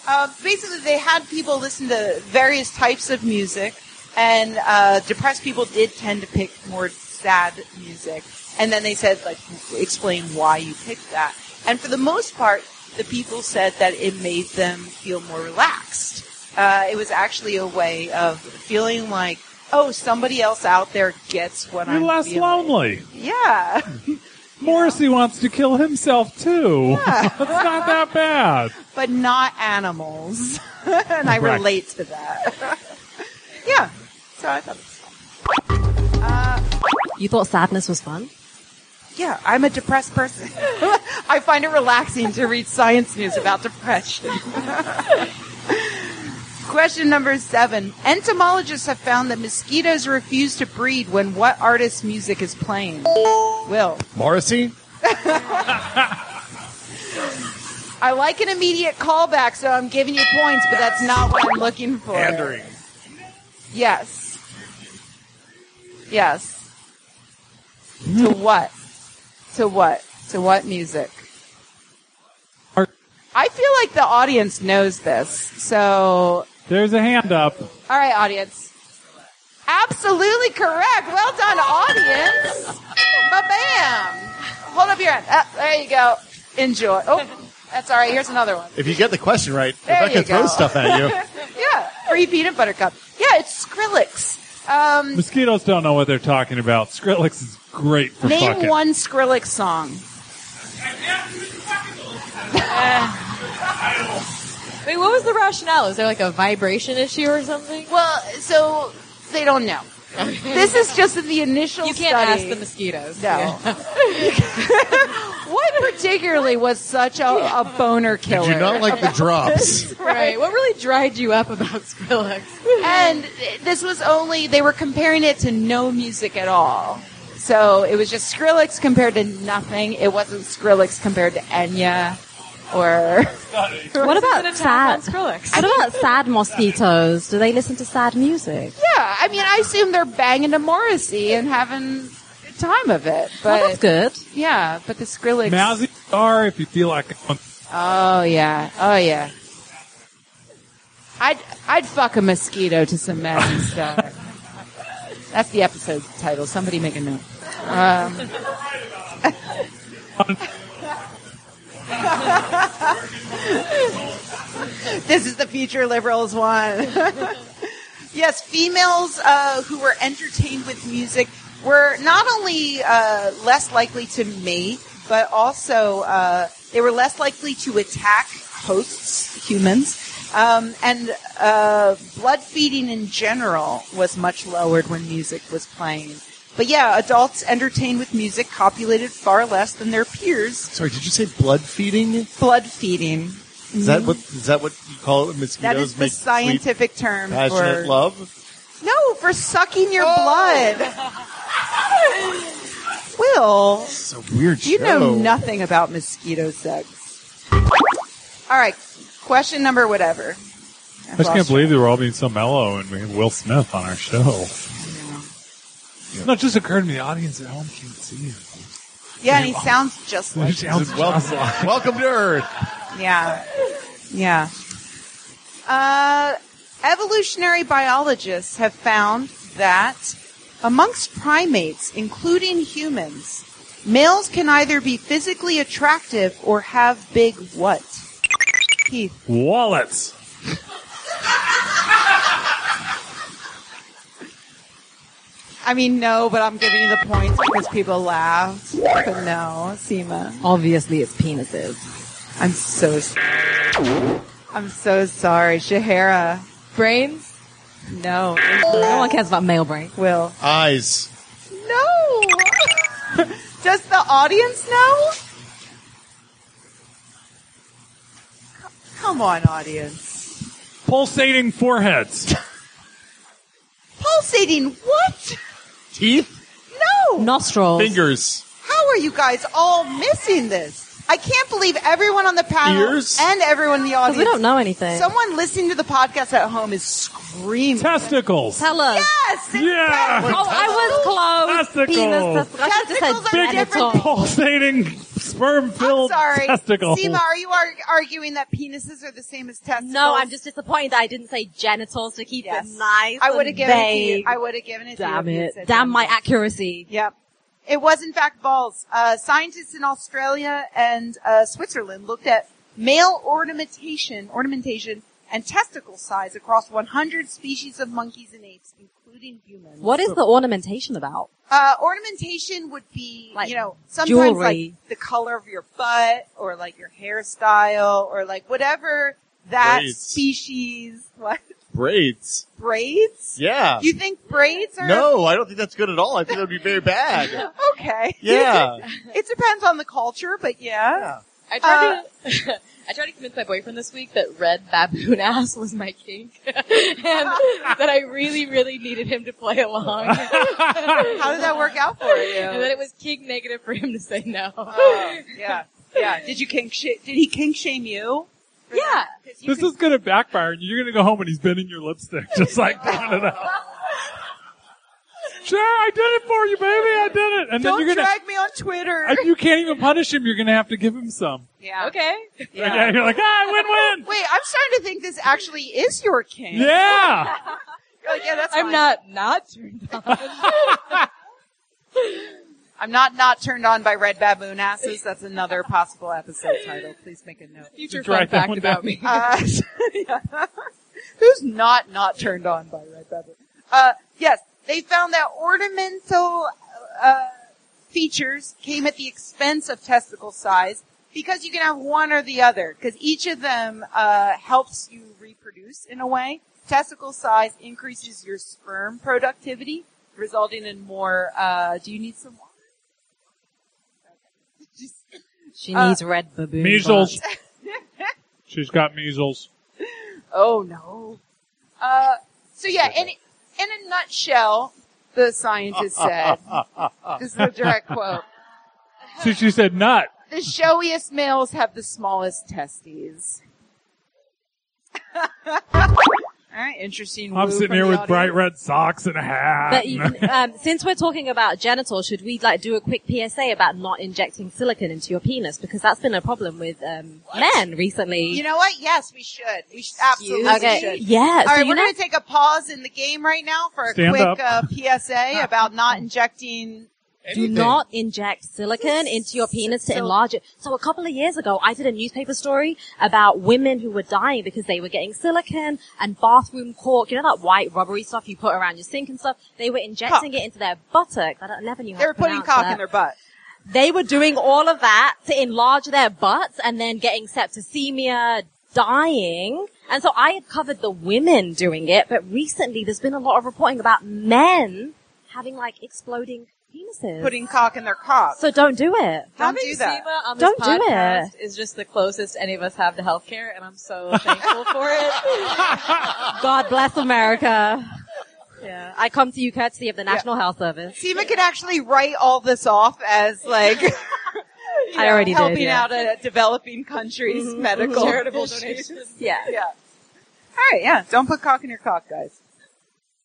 Speaker 1: Uh, basically, they had people listen to various types of music, and uh, depressed people did tend to pick more sad music. And then they said, like, explain why you picked that. And for the most part, the people said that it made them feel more relaxed. Uh, it was actually a way of feeling like, oh, somebody else out there gets what
Speaker 4: You're
Speaker 1: I'm
Speaker 4: less
Speaker 1: feeling.
Speaker 4: lonely.
Speaker 1: Yeah.
Speaker 4: Morrissey wants to kill himself too. it's not that bad.
Speaker 1: but not animals. and I
Speaker 4: Right.
Speaker 1: relate to that. yeah. So I thought,
Speaker 5: You thought sadness was fun?
Speaker 1: yeah, I'm a depressed person. I find it relaxing to read science news about depression. Question number seven. Entomologists have found that mosquitoes refuse to breed when what artist's music is playing? Will.
Speaker 2: Morrissey?
Speaker 1: I like an immediate callback, so I'm giving you points, but that's not what I'm looking for. Yes. Yes. to what? To what? To what music?
Speaker 4: Art.
Speaker 1: I feel like the audience knows this. So,
Speaker 4: There's a hand up.
Speaker 1: all right, audience. Absolutely correct. Well done, audience. Ba bam. Hold up your hand. Ah, there you go. Enjoy. Oh, that's all right. Here's another one.
Speaker 2: If you get the question right,
Speaker 1: There you
Speaker 2: Rebecca
Speaker 1: go.
Speaker 2: throws stuff at you.
Speaker 1: Yeah, free peanut butter cup. Yeah, it's Skrillex. Um,
Speaker 4: Mosquitoes don't know what they're talking about. Skrillex is great for
Speaker 1: Name
Speaker 4: fucking.
Speaker 1: one Skrillex song.
Speaker 3: Wait, what was the rationale? Is there like a vibration issue or something?
Speaker 1: Well, so they don't know. this is just the initial
Speaker 3: You can't ask
Speaker 1: study.
Speaker 3: the mosquitoes.
Speaker 1: No. what particularly was such a, a boner
Speaker 2: Did
Speaker 1: killer?
Speaker 2: you not like the drops?
Speaker 3: Right. What really dried you up about Skrillex?
Speaker 1: and this was only they were comparing it to no music at all. So it was just Skrillex compared to nothing. It wasn't Skrillex compared to Enya or
Speaker 5: What about
Speaker 3: It's an attack on
Speaker 5: sad?
Speaker 3: Skrillex.
Speaker 5: What about sad mosquitoes? Do they listen to sad music?
Speaker 1: Yeah, I mean I assume they're banging to Morrissey and having a good time of it. But
Speaker 5: Well, that's good.
Speaker 1: yeah, but the Skrillex
Speaker 4: Mousy star if you feel like it.
Speaker 1: Oh yeah. Oh yeah. I'd I'd fuck a mosquito to some Magic Star. That's the episode title. Somebody make a note. Um. this is the future liberals one. Yes, females uh, who were entertained with music were not only uh, less likely to mate, but also uh, they were less likely to attack hosts, humans. Um, and uh, blood feeding in general was much lowered when music was playing. But yeah, adults entertained with music copulated far less than their peers.
Speaker 2: Sorry, did you say blood feeding?
Speaker 1: Blood feeding.
Speaker 2: Is that what is that what you call it? Mosquitoes
Speaker 1: That is the
Speaker 2: make sweet,
Speaker 1: scientific term
Speaker 2: passionate
Speaker 1: for
Speaker 2: love.
Speaker 1: No, for sucking your blood. Will,
Speaker 2: It's a weird
Speaker 1: you
Speaker 2: show.
Speaker 1: know nothing about mosquito sex. All right, question number whatever.
Speaker 4: I just can't believe they were all being so mellow and we have Will Smith on our show. No, it just occurred to me the audience at home can't see you.
Speaker 1: Yeah, and he sounds just like.
Speaker 4: Sounds
Speaker 2: Welcome, welcome to Earth.
Speaker 1: Yeah, yeah. Uh, evolutionary biologists have found that amongst primates, including humans, males can either be physically attractive or have big what? Keith.
Speaker 4: Wallets.
Speaker 1: I mean, no, but I'm giving you the points because people laughed. But no, Seema.
Speaker 5: Obviously, it's penises.
Speaker 1: I'm so sorry. I'm so sorry, Shahara.
Speaker 3: Brains?
Speaker 1: No,
Speaker 5: No one cares about male brain.
Speaker 1: Will.
Speaker 2: Eyes.
Speaker 1: No. Does the audience know? C- Come on, audience.
Speaker 4: Pulsating foreheads.
Speaker 1: Pulsating what?
Speaker 2: Teeth.
Speaker 1: No.
Speaker 5: Nostrils.
Speaker 2: Fingers.
Speaker 1: How are you guys all missing this? I can't believe everyone on the panel
Speaker 2: Ears?
Speaker 1: and everyone in the
Speaker 5: Because
Speaker 1: audience.
Speaker 5: we don't know anything.
Speaker 1: Someone listening to the podcast at home is screaming.
Speaker 4: Testicles.
Speaker 5: Tell us.
Speaker 1: Yes. it's
Speaker 4: Yeah.
Speaker 1: testicles.
Speaker 5: Oh, I was close.
Speaker 4: Testicles.
Speaker 5: Penis, testicles. I should have
Speaker 1: Testicles
Speaker 5: just
Speaker 1: are
Speaker 5: said
Speaker 4: Big
Speaker 1: different.
Speaker 5: genital.
Speaker 4: pulsating
Speaker 1: I'm
Speaker 4: sperm-filled
Speaker 1: sorry.
Speaker 4: testicles.
Speaker 1: Seema, are you ar- arguing that penises are the same as testicles?
Speaker 5: No, I'm just disappointed that I didn't say genitals to keep
Speaker 1: Yes.
Speaker 5: it nice.
Speaker 1: I would have
Speaker 5: and
Speaker 1: given it to you.
Speaker 5: vague.
Speaker 1: I would have given it
Speaker 5: Damn
Speaker 1: to you. if you
Speaker 5: it.
Speaker 1: said
Speaker 5: Damn my
Speaker 1: genitals.
Speaker 5: accuracy.
Speaker 1: Yep. It was in fact balls. Uh, scientists in Australia and uh, Switzerland looked at male ornamentation, ornamentation, and testicle size across 100 species of monkeys and apes, including humans.
Speaker 5: What is the ornamentation about?
Speaker 1: Uh, ornamentation would be,
Speaker 5: Like
Speaker 1: you know, sometimes
Speaker 5: jewelry.
Speaker 1: like the color of your butt or like your hairstyle or like whatever that
Speaker 2: Braids.
Speaker 1: species, what,
Speaker 2: Braids.
Speaker 1: braids?
Speaker 2: Yeah.
Speaker 1: You think braids are?
Speaker 2: no, I don't think that's good at all. I think that would be very bad.
Speaker 1: Okay.
Speaker 2: Yeah.
Speaker 1: it depends on the culture, but yeah.
Speaker 3: I tried to. I tried to convince my boyfriend this week that red baboon ass was my kink, and that I really, really needed him to play along.
Speaker 1: How did that work out for
Speaker 3: and that
Speaker 1: you?
Speaker 3: it was kink negative for him to say no.
Speaker 1: Oh, yeah. Yeah. Did you kink shame, did he kink shame you?
Speaker 3: yeah,
Speaker 4: This is gonna backfire. You're gonna go home and he's been in your lipstick, just like pulling it out. Sure, I did it for you, baby. I did it, and then
Speaker 1: Don't
Speaker 4: you're gonna.
Speaker 1: drag me on Twitter.
Speaker 4: and you can't even punish him. You're gonna have to give him some.
Speaker 1: yeah.
Speaker 3: okay.
Speaker 1: Yeah.
Speaker 4: Okay, you're like, ah, win-win.
Speaker 1: Wait, I'm starting to think this actually is your kink.
Speaker 4: yeah.
Speaker 1: You're like, yeah, that's
Speaker 3: I'm
Speaker 1: fine.
Speaker 3: not not turned on.
Speaker 1: I'm not not turned on by red baboon asses. That's another possible episode title. Please make a note.
Speaker 3: Future
Speaker 4: Just
Speaker 3: fun
Speaker 4: write that
Speaker 3: fact
Speaker 4: one
Speaker 3: about
Speaker 4: down.
Speaker 3: me.
Speaker 1: Uh, yeah. Who's not not turned on by red pepper? Uh, yes, they found that ornamental uh, features came at the expense of testicle size because you can have one or the other because each of them uh, helps you reproduce in a way. Testicle size increases your sperm productivity, resulting in more. Uh, do you need some water? Okay. Just
Speaker 5: She
Speaker 1: Uh,
Speaker 5: needs red baboon.
Speaker 4: Measles.
Speaker 5: blood.
Speaker 4: She's got measles.
Speaker 1: Oh no. Uh, so yeah, in, in a nutshell, the scientist said, this is a direct quote,
Speaker 4: See, she said nut.
Speaker 1: the showiest males have the smallest testes. Alright, interesting.
Speaker 4: I'm
Speaker 1: woo
Speaker 4: sitting
Speaker 1: from
Speaker 4: here
Speaker 1: the
Speaker 4: with bright
Speaker 1: audience.
Speaker 4: red socks and a hat.
Speaker 5: But you, um, since we're talking about genitals, should we like do a quick PSA about not injecting silicone into your penis because that's been a problem with um, men recently.
Speaker 1: You know what? Yes, we should. We should, absolutely
Speaker 5: okay,
Speaker 1: should.
Speaker 5: yeah.
Speaker 1: All
Speaker 5: so
Speaker 1: right,
Speaker 5: you
Speaker 1: we're
Speaker 5: know-
Speaker 1: going to take a pause in the game right now for a
Speaker 4: Stand
Speaker 1: quick
Speaker 4: up.
Speaker 1: uh, PSA about not injecting.
Speaker 5: Do not inject silicone into your penis to
Speaker 1: So-
Speaker 5: enlarge it. So a couple of years ago, I did a newspaper story about women who were dying because they were getting silicone and bathroom cork. You know that white rubbery stuff you put around your sink and stuff? They were injecting it into their buttocks. I don't, I never knew how
Speaker 1: They were
Speaker 5: to
Speaker 1: putting
Speaker 5: pronounce
Speaker 1: cock
Speaker 5: that.
Speaker 1: in their butt.
Speaker 5: They were doing all of that to enlarge their butts and then getting septicemia, dying. And so I had covered the women doing it, but recently there's been a lot of reporting about men having like exploding penises.
Speaker 1: Putting cock in their cock.
Speaker 5: So don't do it.
Speaker 1: Don't
Speaker 3: Having
Speaker 1: do that.
Speaker 3: Seema on this
Speaker 5: Don't do
Speaker 3: podcast is just the closest any of us have to healthcare, and I'm so thankful for it.
Speaker 5: God bless America. Yeah, I come to you courtesy of the National Health Service.
Speaker 1: Seema could actually write all this off as like you
Speaker 5: I already did,
Speaker 1: helping
Speaker 5: yeah. Mm-hmm.
Speaker 1: out a developing country's medical
Speaker 3: Charitable
Speaker 1: issues.
Speaker 3: donations.
Speaker 5: Yeah.
Speaker 1: Yeah. All right. Yeah. Don't put cock in your cock, guys.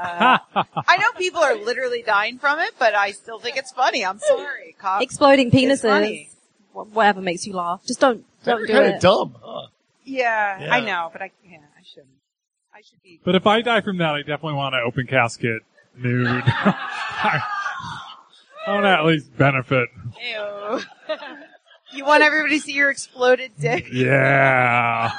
Speaker 1: Uh, I know people are literally dying from it, but I still think it's funny. I'm sorry. Cock
Speaker 5: Exploding
Speaker 1: is
Speaker 5: penises.
Speaker 1: funny.
Speaker 5: Wh- Whatever makes you laugh. Just don't, don't do
Speaker 2: kind of
Speaker 5: it.
Speaker 2: dumb. Huh?
Speaker 1: Yeah,
Speaker 2: Yeah.
Speaker 1: I know, but I can't. I shouldn't. I should be.
Speaker 4: But if I die from that, I definitely want an open casket nude. I, I want to at least benefit.
Speaker 1: Ew. you want everybody to see your exploded dick?
Speaker 4: Yeah.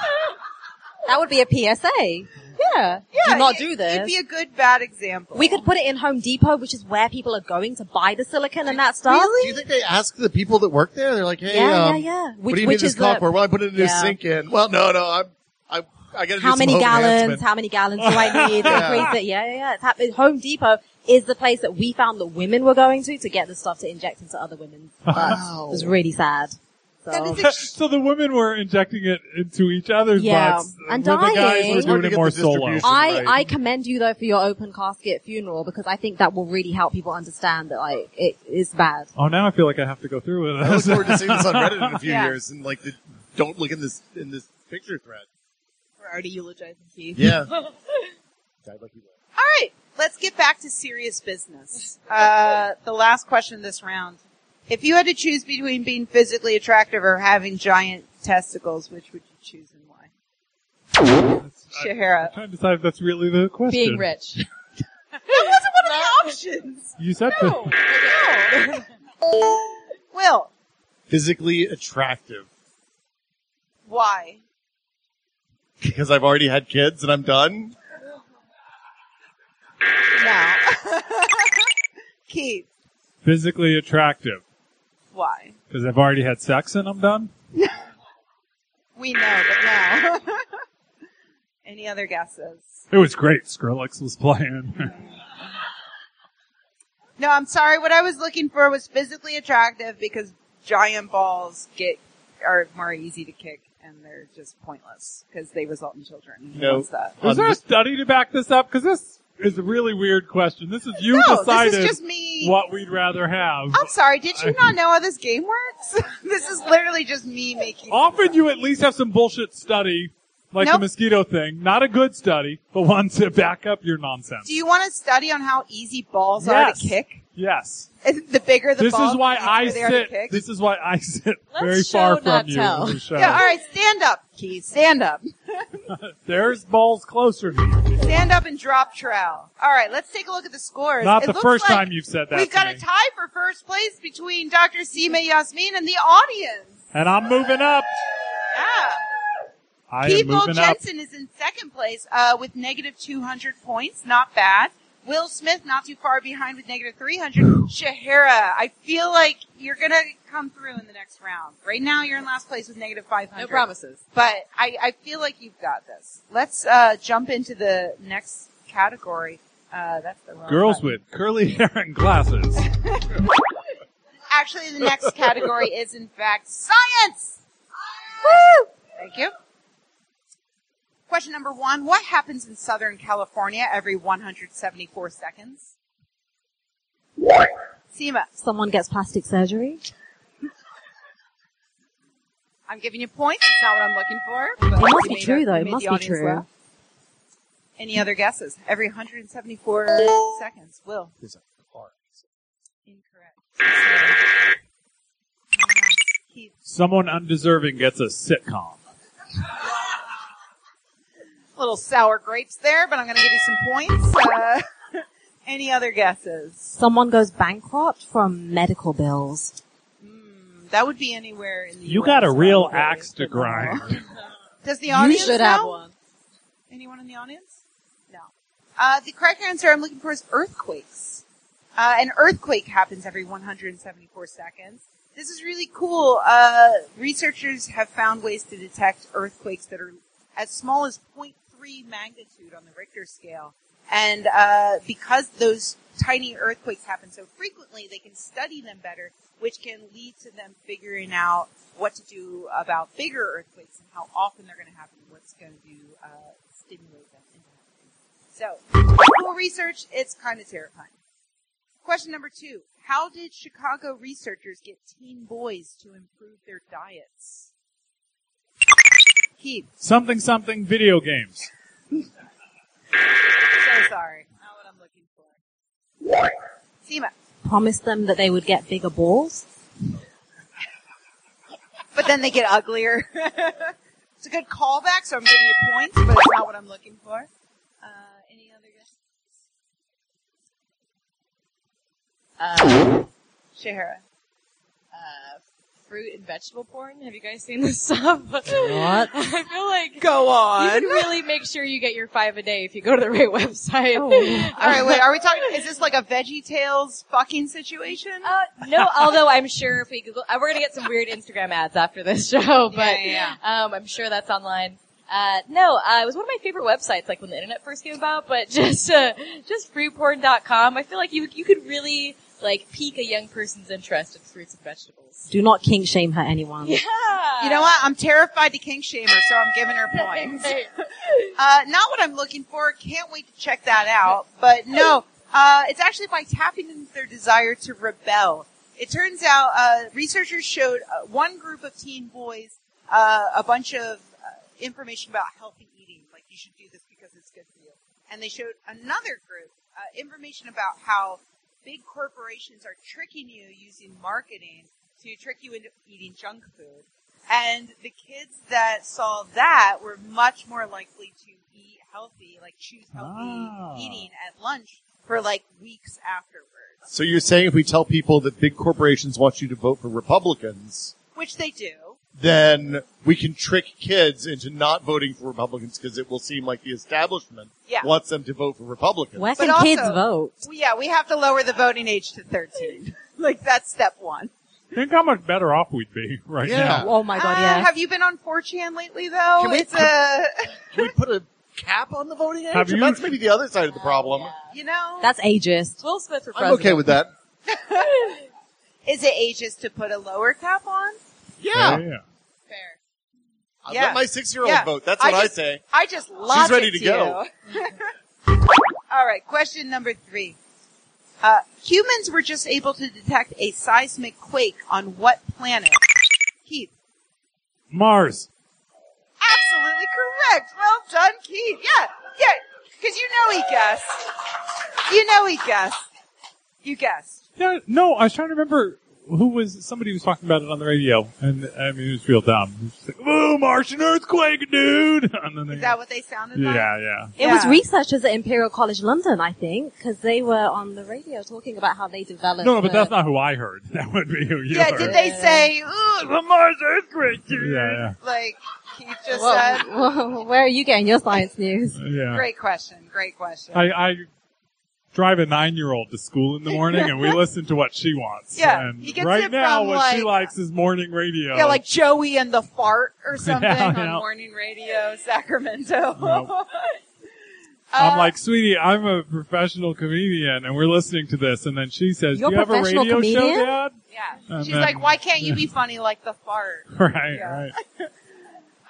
Speaker 5: That would be a PSA. Yeah. do not do
Speaker 1: It'd
Speaker 5: this.
Speaker 1: be a good bad example.
Speaker 5: we could put it in Home Depot, which is where people are going to buy the silicon and that stuff.
Speaker 1: Really?
Speaker 2: Do you think they ask the people that work there? They're like, hey,
Speaker 5: Yeah,
Speaker 2: um,
Speaker 5: yeah, yeah.
Speaker 2: what
Speaker 5: Which-
Speaker 2: do you need
Speaker 5: which
Speaker 2: this
Speaker 5: is
Speaker 2: clock
Speaker 5: the-
Speaker 2: for? Well, I put a new
Speaker 5: Yeah.
Speaker 2: sink in. Well, no, no, I'm, I, I got to do
Speaker 5: How
Speaker 2: some
Speaker 5: many
Speaker 2: home
Speaker 5: gallons?
Speaker 2: enhancement.
Speaker 5: How many gallons do I need to
Speaker 2: Yeah.
Speaker 5: increase it? Yeah, yeah, yeah. It's happening. Home Depot is the place that we found that women were going to to get the stuff to inject into other women.
Speaker 2: Oh.
Speaker 5: Wow. It was really sad. So.
Speaker 1: That is ex-
Speaker 4: so the women were injecting it into each other's
Speaker 5: Yeah.
Speaker 4: butts,
Speaker 5: And
Speaker 4: where the guys
Speaker 5: dying.
Speaker 4: were
Speaker 5: It's
Speaker 4: doing
Speaker 5: hard
Speaker 2: to
Speaker 4: it
Speaker 2: get
Speaker 4: more
Speaker 2: the
Speaker 4: solo.
Speaker 2: distribution.
Speaker 5: I,
Speaker 2: Right.
Speaker 5: I commend you though for your open casket funeral because I think that will really help people understand that like it is bad.
Speaker 4: Oh, now I feel like I have to go through with
Speaker 2: I look
Speaker 4: this.
Speaker 2: forward to seeing this on Reddit in a few
Speaker 1: Yeah.
Speaker 2: years and like, the, don't look in this, in this picture thread.
Speaker 6: We're already eulogizing Keith.
Speaker 2: Yeah. Died like he lived.
Speaker 1: All right, let's get back to serious business. Uh, the last question this round. If you had to choose between being physically attractive or having giant testicles, which would you choose and why?
Speaker 4: I'm
Speaker 1: Shahara.
Speaker 4: trying to decide if that's really the question.
Speaker 3: Being rich.
Speaker 1: That wasn't one of the options.
Speaker 4: You said that.
Speaker 1: Will,
Speaker 2: Physically attractive.
Speaker 1: why?
Speaker 2: Because I've already had kids and I'm done.
Speaker 1: No. Keith,
Speaker 4: physically attractive
Speaker 1: why?
Speaker 4: because I've already had sex and I'm done.
Speaker 1: We know, but no. Any other guesses?
Speaker 4: It was great. Skrillex was playing.
Speaker 1: No, I'm sorry. What I was looking for was physically attractive because giant balls get are more easy to kick and they're just pointless because they result in children. Who
Speaker 2: No.
Speaker 1: wants that?
Speaker 4: Is
Speaker 2: On
Speaker 4: there a
Speaker 2: this-
Speaker 4: study to back this up? Because this is a really weird question. This is you
Speaker 1: no,
Speaker 4: decided
Speaker 1: this is just me.
Speaker 4: what we'd rather have.
Speaker 1: I'm sorry. Did you
Speaker 4: I-
Speaker 1: not know how this game works? this is literally just me making.
Speaker 4: Often you at least have some bullshit study, like the
Speaker 1: Nope.
Speaker 4: mosquito thing. Not a good study, but one to back up your nonsense.
Speaker 1: Do you want to study on how easy balls are
Speaker 4: Yes.
Speaker 1: to kick?
Speaker 4: yes.
Speaker 1: The bigger the
Speaker 4: This
Speaker 1: balls,
Speaker 4: is why
Speaker 1: the
Speaker 4: I
Speaker 1: easier they are to
Speaker 4: sit.
Speaker 1: kick.
Speaker 4: This is why I sit
Speaker 3: Let's
Speaker 4: very
Speaker 3: show,
Speaker 4: far from
Speaker 3: not
Speaker 4: you.
Speaker 3: tell.
Speaker 4: in the show.
Speaker 1: Yeah, all right, stand up, Keith. Stand up.
Speaker 4: There's balls closer to you.
Speaker 1: Stand up and drop trowel. All right, let's take a look at the scores.
Speaker 4: Not
Speaker 1: It
Speaker 4: the
Speaker 1: looks
Speaker 4: first
Speaker 1: like
Speaker 4: time you've said that.
Speaker 1: We've
Speaker 4: to
Speaker 1: got
Speaker 4: me.
Speaker 1: a tie for first place between Dr. Seema Yasmin and the audience.
Speaker 4: and I'm moving up.
Speaker 1: Yeah.
Speaker 4: I am
Speaker 1: Keith
Speaker 4: moving up.
Speaker 1: Jensen is in second place uh, with negative 200 points. Not bad. Will Smith not too far behind with negative 300. Shahara, I feel like you're going to come through in the next round. Right now you're in last place with negative 500.
Speaker 3: No promises.
Speaker 1: But I, I feel like you've got this. Let's uh, jump into the next category. Uh, that's the wrong
Speaker 4: Girls
Speaker 1: button.
Speaker 4: with curly hair and glasses.
Speaker 1: Actually, the next category is, in fact, science. Woo! Thank you. Question number one: What happens in Southern California every 174 seconds? Seema,
Speaker 5: Someone gets plastic surgery.
Speaker 1: I'm giving you points. It's not what I'm looking for. but
Speaker 5: It must
Speaker 1: you
Speaker 5: be
Speaker 1: made
Speaker 5: true,
Speaker 1: you
Speaker 5: though. It
Speaker 1: made
Speaker 5: must
Speaker 1: the
Speaker 5: be
Speaker 1: audience
Speaker 5: true.
Speaker 1: laugh. Any other guesses? Every 174 seconds. Will
Speaker 2: There's a car.
Speaker 1: incorrect. Keith.
Speaker 4: Someone undeserving gets a sitcom.
Speaker 1: little sour grapes there, but I'm going to give you some points. Uh, any other guesses?
Speaker 5: Someone goes bankrupt from medical bills.
Speaker 1: Mm, that would be anywhere in the.
Speaker 4: You
Speaker 1: US,
Speaker 4: got a real
Speaker 1: probably.
Speaker 4: axe to grind.
Speaker 1: Does the audience
Speaker 3: you should
Speaker 1: know?
Speaker 3: have one.
Speaker 1: Anyone in the audience? No. Uh, the correct answer I'm looking for is earthquakes. Uh, an earthquake happens every 174 seconds. This is really cool. Uh, researchers have found ways to detect earthquakes that are as small as 0.3 magnitude on the Richter scale. And uh, because those tiny earthquakes happen so frequently, they can study them better, which can lead to them figuring out what to do about bigger earthquakes and how often they're going to happen, what's going to do uh, stimulate them into happening. So, cool research. It's kind of terrifying. Question number two: How did Chicago researchers get teen boys to improve their diets? Keith,
Speaker 4: Something something video games.
Speaker 1: so sorry. Not what I'm looking for. Seema.
Speaker 5: Promised them that they would get bigger balls.
Speaker 1: But then they get uglier. it's a good callback, so I'm giving you points, but it's not what I'm looking for. Uh, any other guesses?
Speaker 3: Uh,
Speaker 1: Uh, Shahara.
Speaker 3: uh, fruit and vegetable porn. Have you guys seen this stuff? What? I feel like
Speaker 1: Go
Speaker 3: you
Speaker 1: on.
Speaker 3: can really make sure you get your five a day if you go to the right website.
Speaker 1: All right, wait. Are we talking? Is this like a Veggie Tales fucking situation?
Speaker 3: Uh, no, although I'm sure if we Google, uh, we're gonna get some weird Instagram ads after this show, but
Speaker 1: yeah,
Speaker 3: Um, I'm sure that's online. Uh, no, uh, it was one of my favorite websites, like when the internet first came about, but just, uh, just fruitporn.com. I feel like you, you could really, like, pique a young person's interest in fruits and vegetables.
Speaker 5: Do not kink shame her, anyone.
Speaker 3: Yeah!
Speaker 1: you know what? I'm terrified to kink shame her, so I'm giving her points. Uh, not what I'm looking for. Can't wait to check that out. But no, uh, it's actually by tapping into their desire to rebel. It turns out uh, researchers showed uh, one group of teen boys uh, a bunch of uh, information about healthy eating, like you should do this because it's good for you. And they showed another group uh, information about how big corporations are tricking you using marketing to trick you into eating junk food. And the kids that saw that were much more likely to eat healthy, like choose healthy
Speaker 4: Ah.
Speaker 1: eating at lunch for like weeks afterwards,
Speaker 2: So you're saying if we tell people that big corporations want you to vote for Republicans,
Speaker 1: which they do.
Speaker 2: then we can trick kids into not voting for Republicans because it will seem like the establishment
Speaker 1: Yeah.
Speaker 2: wants them to vote for Republicans.
Speaker 5: Where
Speaker 1: But
Speaker 5: can kids
Speaker 1: also-
Speaker 5: vote?
Speaker 1: Well, yeah, we have to lower the voting age to 13. like that's step one.
Speaker 4: Think how much better off we'd be right
Speaker 2: Yeah.
Speaker 4: now.
Speaker 5: Oh my god,
Speaker 1: Uh,
Speaker 5: yeah.
Speaker 1: Have you been on 4chan lately though?
Speaker 2: Can we-
Speaker 1: it's a,
Speaker 2: Can we put a cap on the voting age?
Speaker 4: Have you-
Speaker 2: That's maybe the other side of the problem.
Speaker 1: you know,
Speaker 5: That's ageist.
Speaker 3: Will Smith for
Speaker 2: I'm
Speaker 3: president.
Speaker 2: okay with that.
Speaker 1: is it ageist to put a lower cap on?
Speaker 2: Yeah.
Speaker 4: yeah.
Speaker 3: Fair.
Speaker 2: I
Speaker 1: Yeah.
Speaker 2: Let my six year old
Speaker 1: Yeah.
Speaker 2: vote. That's what I,
Speaker 1: just-
Speaker 2: say.
Speaker 1: I just love
Speaker 2: ready to go.
Speaker 1: All right, question number three. Uh, humans were just able to detect a seismic quake on what planet? Keith.
Speaker 4: Mars.
Speaker 1: Absolutely correct. Well done, Keith. Yeah, yeah. Because you know he guessed. You know he guessed. You guessed.
Speaker 4: Yeah, no, I was trying to remember who was somebody was talking about it on the radio, and I mean it was real dumb. It was just like, "Ooh, Martian earthquake, dude!" And then they,
Speaker 1: Is that what they sounded like?
Speaker 4: yeah, yeah.
Speaker 5: It was
Speaker 1: Yeah.
Speaker 5: researchers at Imperial College London, I think, because they were on the radio talking about how they developed.
Speaker 4: No, no, but
Speaker 5: the-
Speaker 4: that's not who I heard. That would be who you
Speaker 1: Yeah.
Speaker 4: heard.
Speaker 1: Did they say, "Ooh,
Speaker 4: Lamar's earthquake, dude? Yeah,
Speaker 1: like Keith just uh, said?
Speaker 5: Whoa, whoa, where are you getting your science news?
Speaker 4: yeah, yeah.
Speaker 1: Great question. Great question.
Speaker 4: I, I drive a nine-year-old to school in the morning, and we listen to what she wants.
Speaker 1: Yeah,
Speaker 4: and
Speaker 1: you get
Speaker 4: right
Speaker 1: it
Speaker 4: now,
Speaker 1: from,
Speaker 4: what she
Speaker 1: like-
Speaker 4: likes is morning radio.
Speaker 1: Yeah, like Joey and the Fart or something
Speaker 4: Yeah,
Speaker 1: on
Speaker 4: yeah.
Speaker 1: morning radio, Sacramento.
Speaker 4: Nope.
Speaker 1: Uh,
Speaker 4: I'm like, sweetie, I'm a professional comedian, and we're listening to this. And then she says,
Speaker 5: You're
Speaker 4: "Do you have a
Speaker 5: professional
Speaker 4: radio show,
Speaker 5: comedian?
Speaker 4: Dad?"
Speaker 1: yeah.
Speaker 4: and
Speaker 1: She's
Speaker 4: then-
Speaker 1: like, why can't you be funny like the Fart?
Speaker 4: Right,
Speaker 1: Yeah.
Speaker 4: right.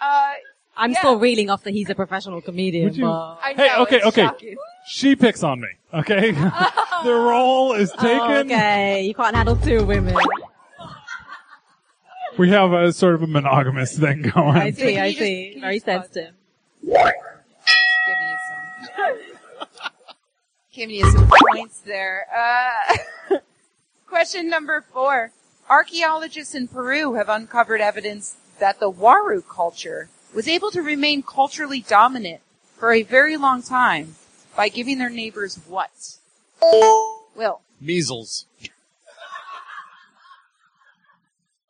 Speaker 1: Uh,
Speaker 5: I'm
Speaker 1: Yeah.
Speaker 5: still reeling off that he's a professional comedian.
Speaker 4: Would you-
Speaker 5: but-
Speaker 1: I know.
Speaker 4: Hey, okay,
Speaker 1: it's
Speaker 4: okay.
Speaker 1: shocking.
Speaker 4: She picks on me. Okay, the role is taken.
Speaker 5: Oh, okay, you can't handle two women.
Speaker 4: We have a sort of a monogamous thing going.
Speaker 5: I see,
Speaker 1: Can
Speaker 5: I
Speaker 1: you just-
Speaker 5: see.
Speaker 1: can you
Speaker 5: Very
Speaker 1: just pause?
Speaker 5: sensitive.
Speaker 1: Giving you some, giving you some points there. Uh, question number four. Archaeologists in Peru have uncovered evidence that the Waru culture was able to remain culturally dominant for a very long time by giving their neighbors what? Will.
Speaker 2: Measles.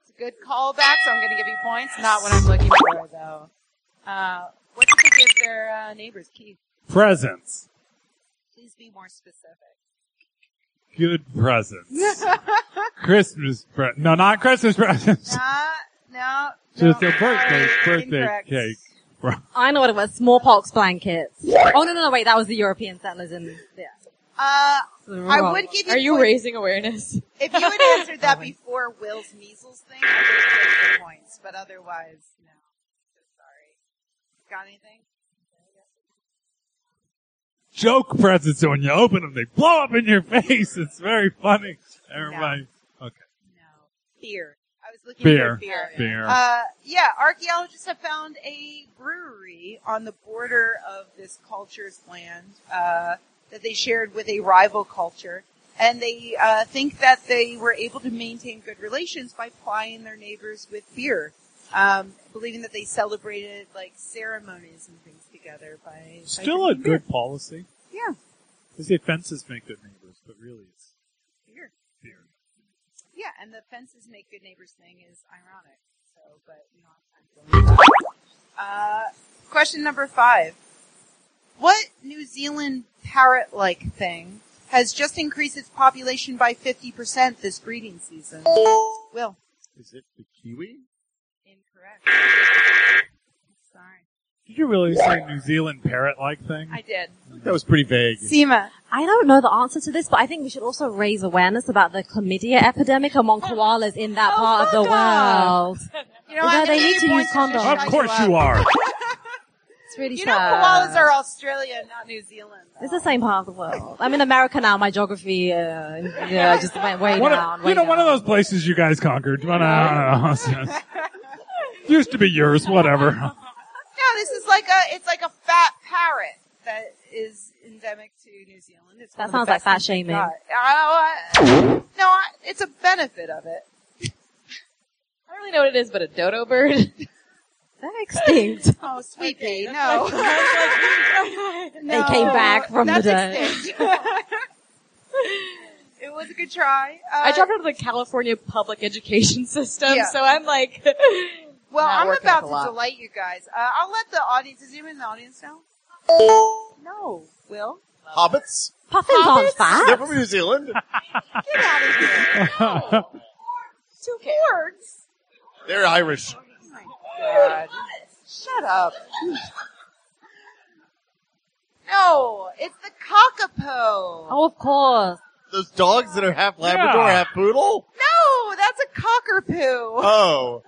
Speaker 1: It's a good callback, so I'm going to give you points. Not what I'm looking for, though. Uh, what did they give their uh, neighbors? Keith,
Speaker 4: Presents.
Speaker 1: please be more specific.
Speaker 4: Good presents. Christmas pre- No, not Christmas presents.
Speaker 1: Uh, no.
Speaker 4: Just
Speaker 1: no,
Speaker 4: a birthday,
Speaker 1: sorry,
Speaker 4: birthday
Speaker 1: incorrect.
Speaker 4: cake.
Speaker 5: I know what it was. Smallpox blankets. Oh no, no, no! Wait, that was the European settlers in. Yeah.
Speaker 1: Uh, I would give you
Speaker 3: Are you
Speaker 1: points.
Speaker 3: raising awareness?
Speaker 1: If you had answered that before Will's measles thing, I would have given you points, but otherwise, no. So sorry. Got anything?
Speaker 4: Joke presents. So when you open them, they blow up in your face. It's very funny. Everybody.
Speaker 1: No. Fear. I was looking
Speaker 4: Beer.
Speaker 1: for fear.
Speaker 4: Beer.
Speaker 1: Uh, yeah, archaeologists have found a brewery on the border of this culture's land uh, that they shared with a rival culture, and they uh, think that they were able to maintain good relations by plying their neighbors with beer, um, believing that they celebrated like ceremonies and things together by by
Speaker 4: Still a
Speaker 1: drinking
Speaker 4: good policy.
Speaker 1: beer. Yeah.
Speaker 4: Because the fences make good neighbors, but really it's
Speaker 1: Beer.
Speaker 4: fear.
Speaker 1: Yeah, and the fences make good neighbors thing is ironic. So, but we don't have time. Uh, question number five: What New Zealand parrot-like thing has just increased its population by fifty percent this breeding season? Will
Speaker 2: Is it the kiwi?
Speaker 1: incorrect. Sorry,
Speaker 4: Did you really say New Zealand parrot-like thing?
Speaker 1: I did.
Speaker 2: That was pretty vague.
Speaker 1: Seema,
Speaker 5: I don't know the answer to this, but I think we should also raise awareness about the chlamydia epidemic among koalas in that
Speaker 1: Oh,
Speaker 5: part of the
Speaker 1: fuck off.
Speaker 5: world.
Speaker 1: you know
Speaker 5: Yeah,
Speaker 1: I'm
Speaker 5: they
Speaker 1: gonna
Speaker 5: need
Speaker 1: give
Speaker 5: to
Speaker 1: points just
Speaker 5: use
Speaker 1: to uh,
Speaker 5: condoms.
Speaker 1: shut
Speaker 4: of course
Speaker 1: up.
Speaker 4: you are.
Speaker 5: It's really
Speaker 1: You know,
Speaker 5: sad.
Speaker 1: koalas are Australia, not New Zealand. though.
Speaker 5: It's the same part of the world. I'm in America now. My geography, uh, yeah, just went way
Speaker 4: One
Speaker 5: down.
Speaker 4: of,
Speaker 5: way
Speaker 4: you know, one of
Speaker 5: down.
Speaker 4: those places you guys conquered. Well, no, no, no. Used to be yours, whatever.
Speaker 1: No, this is like a it's like a fat parrot that is endemic to New Zealand. It's
Speaker 5: That
Speaker 1: one of
Speaker 5: sounds
Speaker 1: the
Speaker 5: like
Speaker 1: best
Speaker 5: fat
Speaker 1: things we've
Speaker 5: shaming.
Speaker 1: got. I- I- no, I, it's a benefit of it.
Speaker 3: I don't really know what it is, but a dodo bird.
Speaker 5: They're extinct.
Speaker 1: Oh, sweet pea, no.
Speaker 5: They came back from the
Speaker 1: that's
Speaker 5: dead.
Speaker 1: extinct. it was a good try. Uh,
Speaker 3: I dropped out of the California public education system,
Speaker 1: Yeah.
Speaker 3: so I'm like,
Speaker 1: Well,
Speaker 3: Not
Speaker 1: I'm
Speaker 3: working with
Speaker 1: about
Speaker 3: a
Speaker 1: to
Speaker 3: lot.
Speaker 1: delight you guys. Uh, I'll let the audience. Is anyone in the audience now? No. Will?
Speaker 2: Hobbits?
Speaker 5: Puffins aren't
Speaker 2: They're
Speaker 5: fat.
Speaker 2: from New Zealand.
Speaker 1: Get out of here. Oh, Two words.
Speaker 2: They're Irish.
Speaker 1: Oh God. Shut up. No, it's the cockapoo.
Speaker 5: Oh, of course.
Speaker 2: Those dogs that are half Labrador,
Speaker 4: Yeah.
Speaker 2: half poodle?
Speaker 1: No, that's a cockerpoo.
Speaker 2: Oh.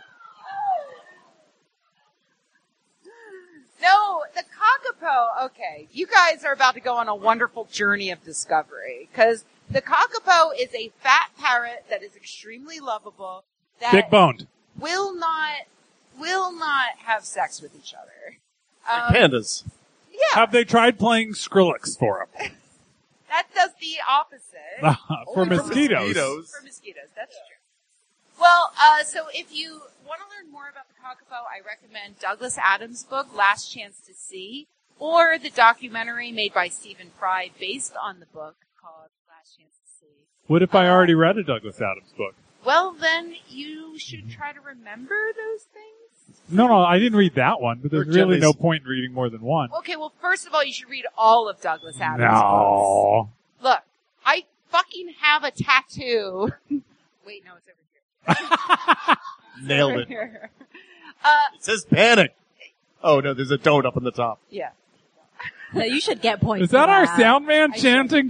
Speaker 1: No, the Kakapo. Okay, you guys are about to go on a wonderful journey of discovery because the Kakapo is a fat parrot that is extremely lovable that
Speaker 4: Big boned.
Speaker 1: will not will not have sex with each other. Um,
Speaker 2: Pandas.
Speaker 1: yeah,
Speaker 4: Have they tried playing Skrillex for
Speaker 1: that does the opposite.
Speaker 4: them? for
Speaker 2: Only
Speaker 4: mosquitoes.
Speaker 1: For Oh, mosquitoes, that's true. Well, uh, so if you want to learn more about the Kakapo, I recommend Douglas Adams' book, Last Chance to See, or the documentary made by Stephen Fry based on the book called Last Chance to See.
Speaker 4: What if I already read a Douglas Adams book?
Speaker 1: Well, then you should
Speaker 4: Mm-hmm.
Speaker 1: try to remember those things.
Speaker 4: No, no, I didn't read that one, but there's
Speaker 2: They're
Speaker 4: really no
Speaker 2: jellies.
Speaker 4: point in reading more than one.
Speaker 1: Okay, well, first of all, you should read all of Douglas Adams' books.
Speaker 4: No.
Speaker 1: Look, I fucking have a tattoo. Wait, no, it's over here.
Speaker 2: Nailed
Speaker 1: Over
Speaker 2: it. It
Speaker 1: here. Uh,
Speaker 2: says panic. Oh no, there's a donut up on the top.
Speaker 1: yeah.
Speaker 5: No, you should get points.
Speaker 4: Is that
Speaker 5: for
Speaker 4: our sound man chanting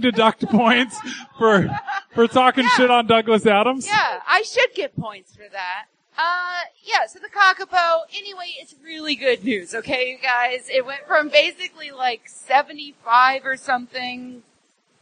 Speaker 4: deduct points for for talking shit on Douglas Adams?
Speaker 1: Yeah, I should get points for that. Uh, yeah, so the Kakapo, anyway, it's really good news, okay, you guys? It went from basically like 75 or something,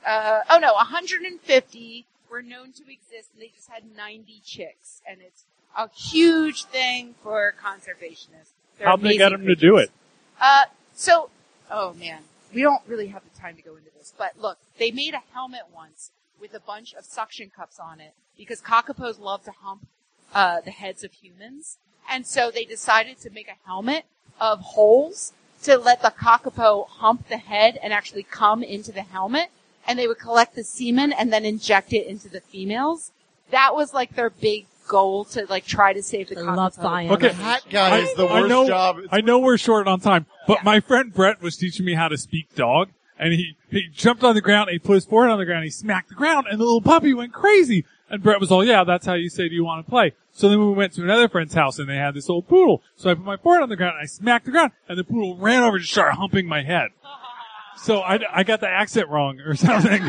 Speaker 1: uh, oh no, 150 were known to exist, and they just had 90 chicks, and it's a huge thing for conservationists. They're
Speaker 4: How'd they get
Speaker 1: amazing
Speaker 4: him to do
Speaker 1: creatures.
Speaker 4: it?
Speaker 1: Uh, so, oh man, we don't really have the time to go into this, but look, they made a helmet once with a bunch of suction cups on it because kakapos love to hump uh, the heads of humans, and so they decided to make a helmet of holes to let the kakapo hump the head and actually come into the helmet, and they would collect the semen and then inject it into the females. That was like their big goal to like try to save the
Speaker 5: I
Speaker 1: kakapo.
Speaker 5: love science.
Speaker 4: Okay.
Speaker 2: The hat guy is the worst
Speaker 4: know,
Speaker 2: job. It's
Speaker 4: I know we're short on time, but
Speaker 1: Yeah.
Speaker 4: my friend Brett was teaching me how to speak dog, and he, he jumped on the ground, he put his forehead on the ground, he smacked the ground, and the little puppy went crazy. And Brett was all, yeah, that's how you say, do you want to play? So then we went to another friend's house, and they had this old poodle. So I put my forehead on the ground, and I smacked the ground, and the poodle ran over and just started humping my head. So I, I got the accent wrong or something.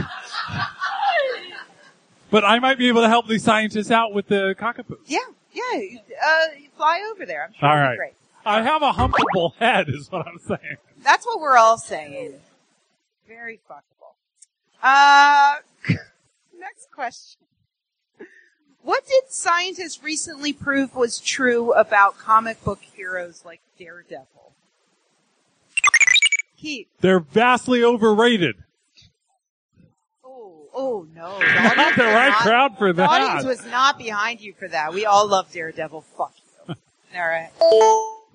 Speaker 4: but I might be able to help these scientists out with the cockapoo.
Speaker 1: Yeah, yeah. Uh, fly over there. I'm sure
Speaker 4: All
Speaker 1: it'll be
Speaker 4: right.
Speaker 1: great.
Speaker 4: I have a humpable head, is what I'm saying.
Speaker 1: That's what we're all saying. Very fuckable. Uh, next question. What did scientists recently prove was true about comic book heroes like Daredevil? Keith.
Speaker 4: They're vastly overrated.
Speaker 1: Oh, oh no. The
Speaker 4: Not
Speaker 1: audience
Speaker 4: the
Speaker 1: was
Speaker 4: right
Speaker 1: not-
Speaker 4: crowd for
Speaker 1: The audience
Speaker 4: that.
Speaker 1: was not behind you for that. We all love Daredevil. Fuck you. All right.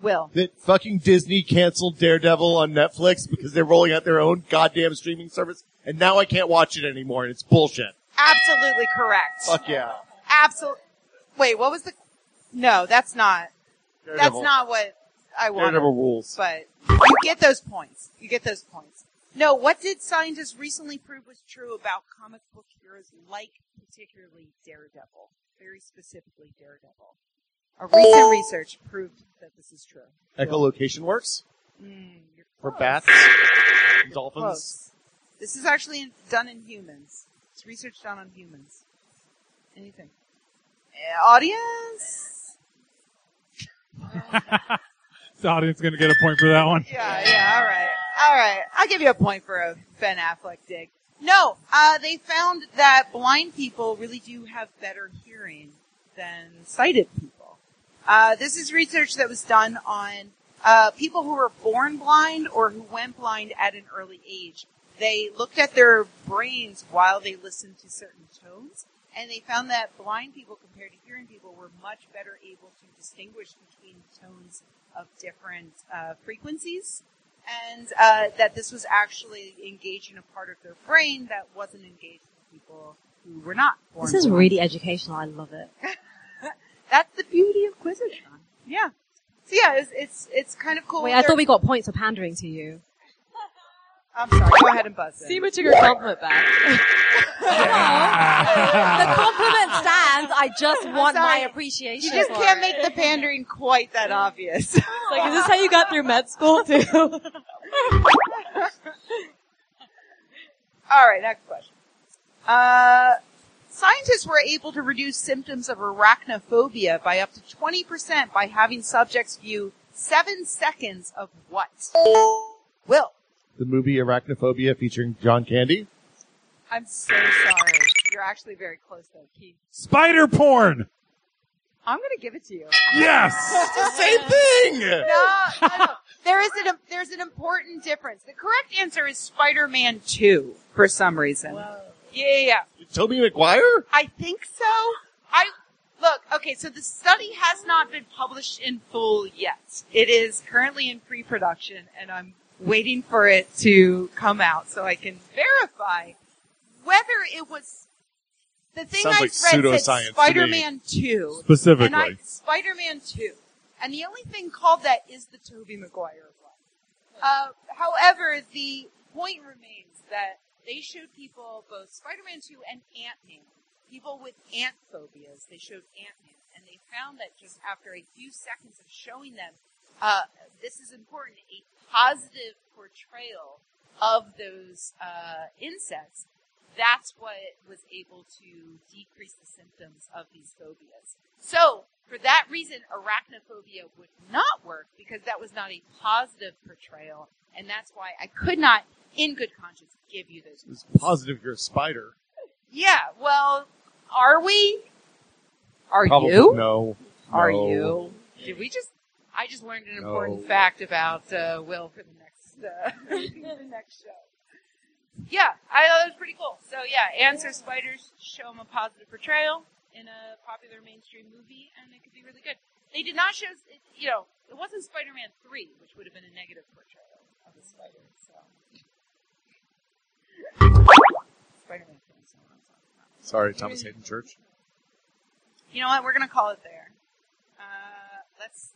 Speaker 1: Will.
Speaker 2: that fucking Disney canceled Daredevil on Netflix because they're rolling out their own goddamn streaming service, and now I can't watch it anymore, and it's bullshit.
Speaker 1: Absolutely correct.
Speaker 2: Fuck yeah.
Speaker 1: absolutely. Wait, what was the? No, that's not. That's
Speaker 2: Daredevil.
Speaker 1: not what I wanted.
Speaker 2: Daredevil rules.
Speaker 1: But you get those points. You get those points. No, what did scientists recently prove was true about comic book heroes, like particularly Daredevil, very specifically Daredevil? A recent research proved that this is true.
Speaker 2: Echolocation works
Speaker 1: Mm, you're
Speaker 2: for
Speaker 1: close.
Speaker 2: bats, and dolphins.
Speaker 1: Close. This is actually in, done in humans. It's research done on humans. Anything. Eh, audience?
Speaker 4: The audience going to get a point for that one.
Speaker 1: Yeah, yeah, alright. Alright. I'll give you a point for a Ben Affleck dig. No, uh, they found that blind people really do have better hearing than sighted people. Uh, this is research that was done on uh, people who were born blind or who went blind at an early age. They looked at their brains while they listened to certain tones, and they found that blind people compared to hearing people were much better able to distinguish between tones of different uh, frequencies, and uh, that this was actually engaged in a part of their brain that wasn't engaged with people who were not born
Speaker 5: This is
Speaker 1: blind.
Speaker 5: really educational. I love it.
Speaker 1: That's the beauty of Quizatron. Yeah. So yeah, it's it's, it's kind of cool.
Speaker 5: Wait,
Speaker 1: when
Speaker 5: I thought
Speaker 1: they're-
Speaker 5: we got points for pandering to you.
Speaker 1: I'm sorry. Go ahead and buzz in.
Speaker 3: Seema took her compliment back.
Speaker 5: the compliment stands. I just want my
Speaker 1: sorry.
Speaker 5: appreciation.
Speaker 1: you just
Speaker 5: for
Speaker 1: can't
Speaker 5: it.
Speaker 1: make the pandering quite that obvious.
Speaker 5: Like, is this how you got through med school too?
Speaker 1: All right, next question. Uh, scientists were able to reduce symptoms of arachnophobia by up to 20% by having subjects view seven seconds of what? Will.
Speaker 2: The movie Arachnophobia featuring John Candy.
Speaker 1: I'm so sorry. You're actually very close though, Keith.
Speaker 4: Spider porn.
Speaker 1: I'm gonna give it to you.
Speaker 4: Yes.
Speaker 2: It's the same thing.
Speaker 1: no, no, no. There is an there's an important difference. The correct answer is Spider-Man Two for some reason. Yeah, yeah, yeah.
Speaker 2: Toby McGuire?
Speaker 1: I think so. I look okay. So the study has not been published in full yet. It is currently in pre-production, and I'm waiting for it to come out so I can verify whether it was. The thing
Speaker 2: Sounds
Speaker 1: I
Speaker 2: like
Speaker 1: read
Speaker 2: pseudoscience to me.
Speaker 1: said Spider-Man Two,
Speaker 4: Specifically.
Speaker 1: and I Spider-Man Two, and the only thing called that is the Tobey Maguire one. Uh, however, the point remains that they showed people both Spider-Man 2 and Ant-Man, people with ant phobias. They showed Ant-Man, and they found that just after a few seconds of showing them, uh, this is important, a positive portrayal of those uh, insects. That's what was able to decrease the symptoms of these phobias. So, for that reason, arachnophobia would not work because that was not a positive portrayal, and that's why I could not, in good conscience, give you those.
Speaker 2: It's positive you're a spider.
Speaker 1: Yeah, well, are we? Are
Speaker 2: Probably
Speaker 1: you?
Speaker 2: no.
Speaker 1: Are
Speaker 2: No.
Speaker 1: you? Did we just? I just learned an
Speaker 2: No.
Speaker 1: important fact about uh, Will for the next uh, for the next show. Yeah, I thought it was pretty cool. So yeah, answer spiders show them a positive portrayal in a popular mainstream movie, and it could be really good. They did not show, it- you know, it wasn't Spider-Man three, which would have been a negative portrayal of the spider. So Spider-Man three. is what I'm talking about.
Speaker 2: Sorry, Thomas Hayden Church.
Speaker 1: You know what? We're gonna call it there. Uh, let's.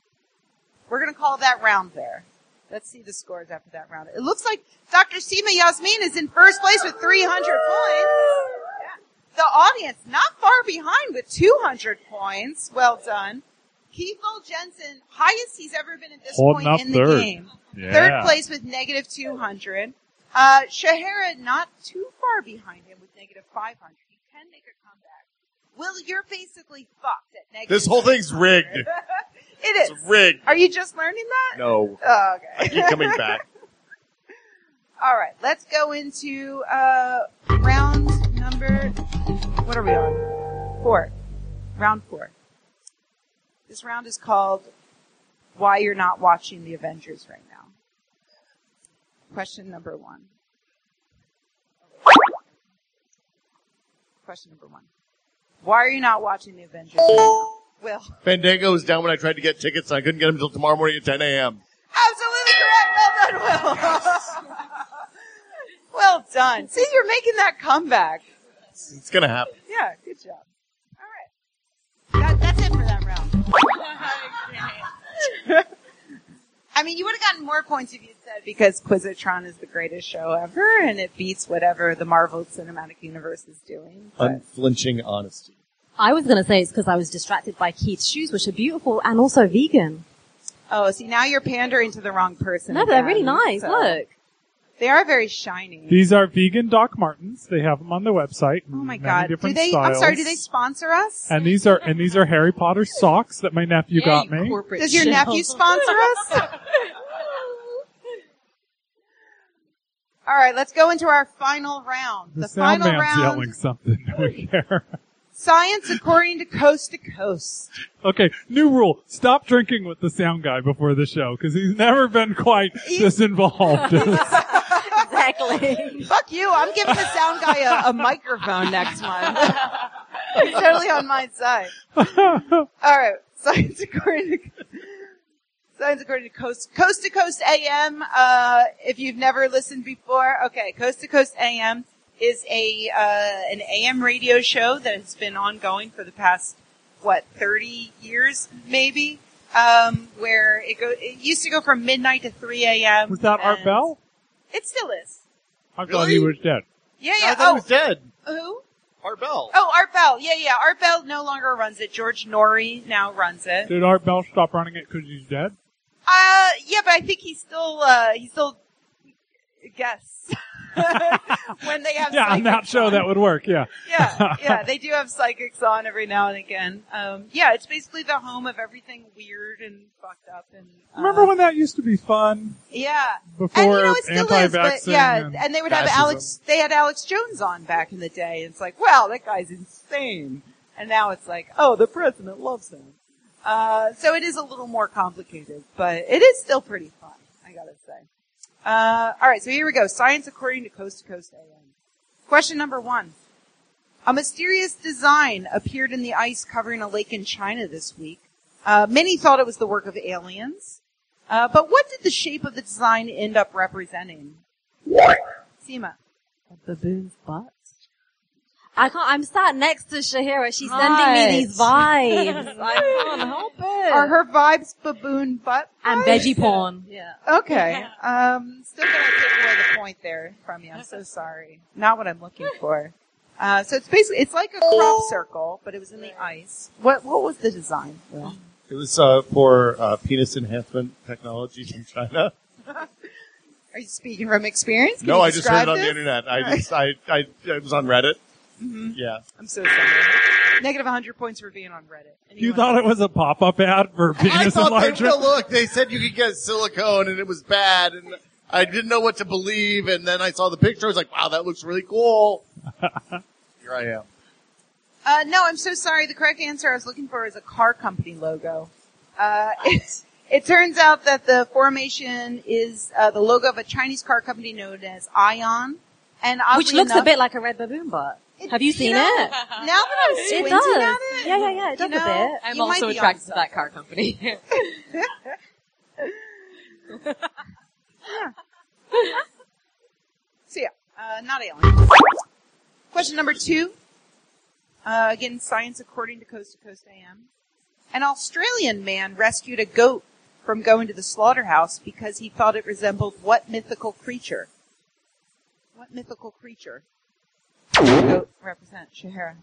Speaker 1: We're gonna call that round there. Let's see the scores after that round. It looks like Dr. Seema Yasmin is in first place with 300 points. Yeah. The audience not far behind with 200 points. Well done. Keith L. Jensen, highest he's ever been at this
Speaker 4: Holding
Speaker 1: point
Speaker 4: up
Speaker 1: in the
Speaker 4: third.
Speaker 1: game.
Speaker 4: Yeah.
Speaker 1: Third place with negative 200. Uh, Shahara not too far behind him with negative 500. He can make a comeback. Will, you're basically fucked at negative.
Speaker 2: This whole thing's
Speaker 1: 500.
Speaker 2: rigged.
Speaker 1: it
Speaker 2: It's
Speaker 1: is.
Speaker 2: rigged.
Speaker 1: Are you just learning that?
Speaker 2: No.
Speaker 1: Oh,
Speaker 2: I
Speaker 1: okay.
Speaker 2: keep coming back.
Speaker 1: All right, let's go into uh, round number. What are we on? Four. Round four. This round is called "Why You're Not Watching the Avengers Right Now." Question number one. Question number one. Why are you not watching the Avengers right now? Will.
Speaker 2: Fandango was down when I tried to get tickets and I couldn't get them until tomorrow morning at 10 a.m.
Speaker 1: Absolutely correct. Well done, Will. well done. See, you're making that comeback.
Speaker 2: It's gonna happen.
Speaker 1: Yeah, good job. All right.
Speaker 6: That, that's it for that round. I mean, you would have gotten more points if you said because Quizatron is the greatest show ever and it beats whatever the Marvel Cinematic Universe is doing. but-
Speaker 2: Unflinching honesty.
Speaker 5: I was going to say it's because I was distracted by Keith's shoes, which are beautiful and also vegan.
Speaker 6: oh, see, now you're pandering to the wrong person.
Speaker 5: No, they're really
Speaker 6: again,
Speaker 5: nice.
Speaker 6: so-
Speaker 5: Look.
Speaker 6: They are very shiny.
Speaker 4: These are vegan Doc Martens. They have them on their website.
Speaker 6: oh my
Speaker 4: in many
Speaker 6: god. Do
Speaker 4: different
Speaker 6: they, I'm
Speaker 4: styles.
Speaker 6: sorry, do they sponsor us?
Speaker 4: And these are and these are Harry Potter socks that my nephew
Speaker 3: Yeah,
Speaker 4: got
Speaker 3: you
Speaker 4: me.
Speaker 7: Corporate
Speaker 6: Does your
Speaker 7: shell.
Speaker 6: nephew sponsor us? All right, let's go into our final round.
Speaker 4: the
Speaker 6: The,
Speaker 4: sound
Speaker 6: final
Speaker 4: man's
Speaker 6: round.
Speaker 4: yelling something. We care.
Speaker 6: Science according to coast to coast.
Speaker 4: Okay, new rule. Stop drinking with the sound guy before the show because he's never been quite this involved.
Speaker 5: Exactly.
Speaker 6: Fuck you. I'm giving the sound guy a, a microphone next month. He's totally on my side. All right. Science according to Science according to Coast Coast to Coast AM. Uh, if you've never listened before, okay, Coast to Coast AM is a uh, an AM radio show that has been ongoing for the past what thirty years, maybe. Um, where it go, it used to go from midnight to three AM.
Speaker 4: Was that Art
Speaker 6: and-
Speaker 4: Bell?
Speaker 6: It still is.
Speaker 4: I thought he was dead.
Speaker 6: Yeah,
Speaker 2: I
Speaker 6: yeah.
Speaker 2: thought he
Speaker 6: Oh,
Speaker 2: was dead.
Speaker 6: who?
Speaker 2: Art Bell.
Speaker 6: Oh, Art Bell. Yeah, yeah. Art Bell no longer runs it. George Norrie now runs it.
Speaker 4: Did Art Bell stop running it because he's dead?
Speaker 6: Uh, yeah, but I think he's still, uh, he's still, guess. when they have
Speaker 4: yeah, on
Speaker 6: psychics
Speaker 4: that show
Speaker 6: on.
Speaker 4: that would work. Yeah,
Speaker 6: yeah, yeah, they do have psychics on every now and again. Um, yeah, it's basically the home of everything weird and fucked up and. uh,
Speaker 4: remember when that used to be fun
Speaker 6: Yeah,
Speaker 4: before
Speaker 6: and you know it still is, but
Speaker 4: anti-vaccine?
Speaker 6: yeah,
Speaker 4: and-
Speaker 6: and they would have
Speaker 2: fascism.
Speaker 6: Alex. They had Alex Jones on back in the day. It's like, wow, that guy's insane. And now it's like, oh, the president loves him. Uh, so it is a little more complicated, but it is still pretty fun. I gotta say. Uh, all right, so here we go. Science according to Coast to Coast AM. Question number one. A mysterious design appeared in the ice covering a lake in China this week. Uh, many thought it was the work of aliens. Uh, but what did the shape of the design end up representing? Seema.
Speaker 5: Baboon's butt. I can't. I'm sat next to Shahira. She's sending
Speaker 3: Hot.
Speaker 5: me these vibes. I can't help it.
Speaker 6: Are her vibes baboon butt?
Speaker 5: and
Speaker 6: vibes?
Speaker 5: veggie porn.
Speaker 3: yeah.
Speaker 6: Okay. Um, still gonna take away the point there from you. I'm so sorry. Not what I'm looking for. Uh, so it's basically it's like a crop circle, but it was in the ice. What what was the design? Will?
Speaker 2: It was uh, for uh, penis enhancement technology from China.
Speaker 6: Are you speaking from experience? Can
Speaker 2: no,
Speaker 6: you
Speaker 2: I just heard
Speaker 6: describe
Speaker 2: it on the
Speaker 6: this?
Speaker 2: internet. I just I, I it was on Reddit.
Speaker 6: Mm-hmm.
Speaker 2: Yeah.
Speaker 6: I'm so sorry. Negative 100 points for being on Reddit.
Speaker 4: you thought it was a pop-up ad for
Speaker 2: I
Speaker 4: penis
Speaker 2: thought they
Speaker 4: enlarger?
Speaker 2: would look. They said you could get silicone, and it was bad, and I didn't know what to believe. And then I saw the picture. I was like, "Wow, that looks really cool." Here I am.
Speaker 6: Uh, no, I'm so sorry. The correct answer I was looking for is a car company logo. Uh, it, it turns out that the formation is uh, the logo of a Chinese car company known as Ion. And oddly
Speaker 5: Which looks
Speaker 6: enough,
Speaker 5: a bit like a red baboon butt. Have you seen
Speaker 6: know,
Speaker 5: it?
Speaker 6: Now that I'm
Speaker 5: It
Speaker 6: squinting
Speaker 5: does.
Speaker 6: at it,
Speaker 5: Yeah, yeah, yeah. It
Speaker 6: you
Speaker 5: does a
Speaker 6: know,
Speaker 5: bit.
Speaker 3: I'm
Speaker 6: you might
Speaker 3: also
Speaker 6: be
Speaker 3: attracted
Speaker 6: on
Speaker 3: to that car company.
Speaker 6: So yeah, uh, not aliens. Question number two. Uh, again, science according to Coast to Coast AM. An Australian man rescued a goat from going to the slaughterhouse because he thought it resembled what mythical creature? What mythical creature? Does the Goat represent Shahara.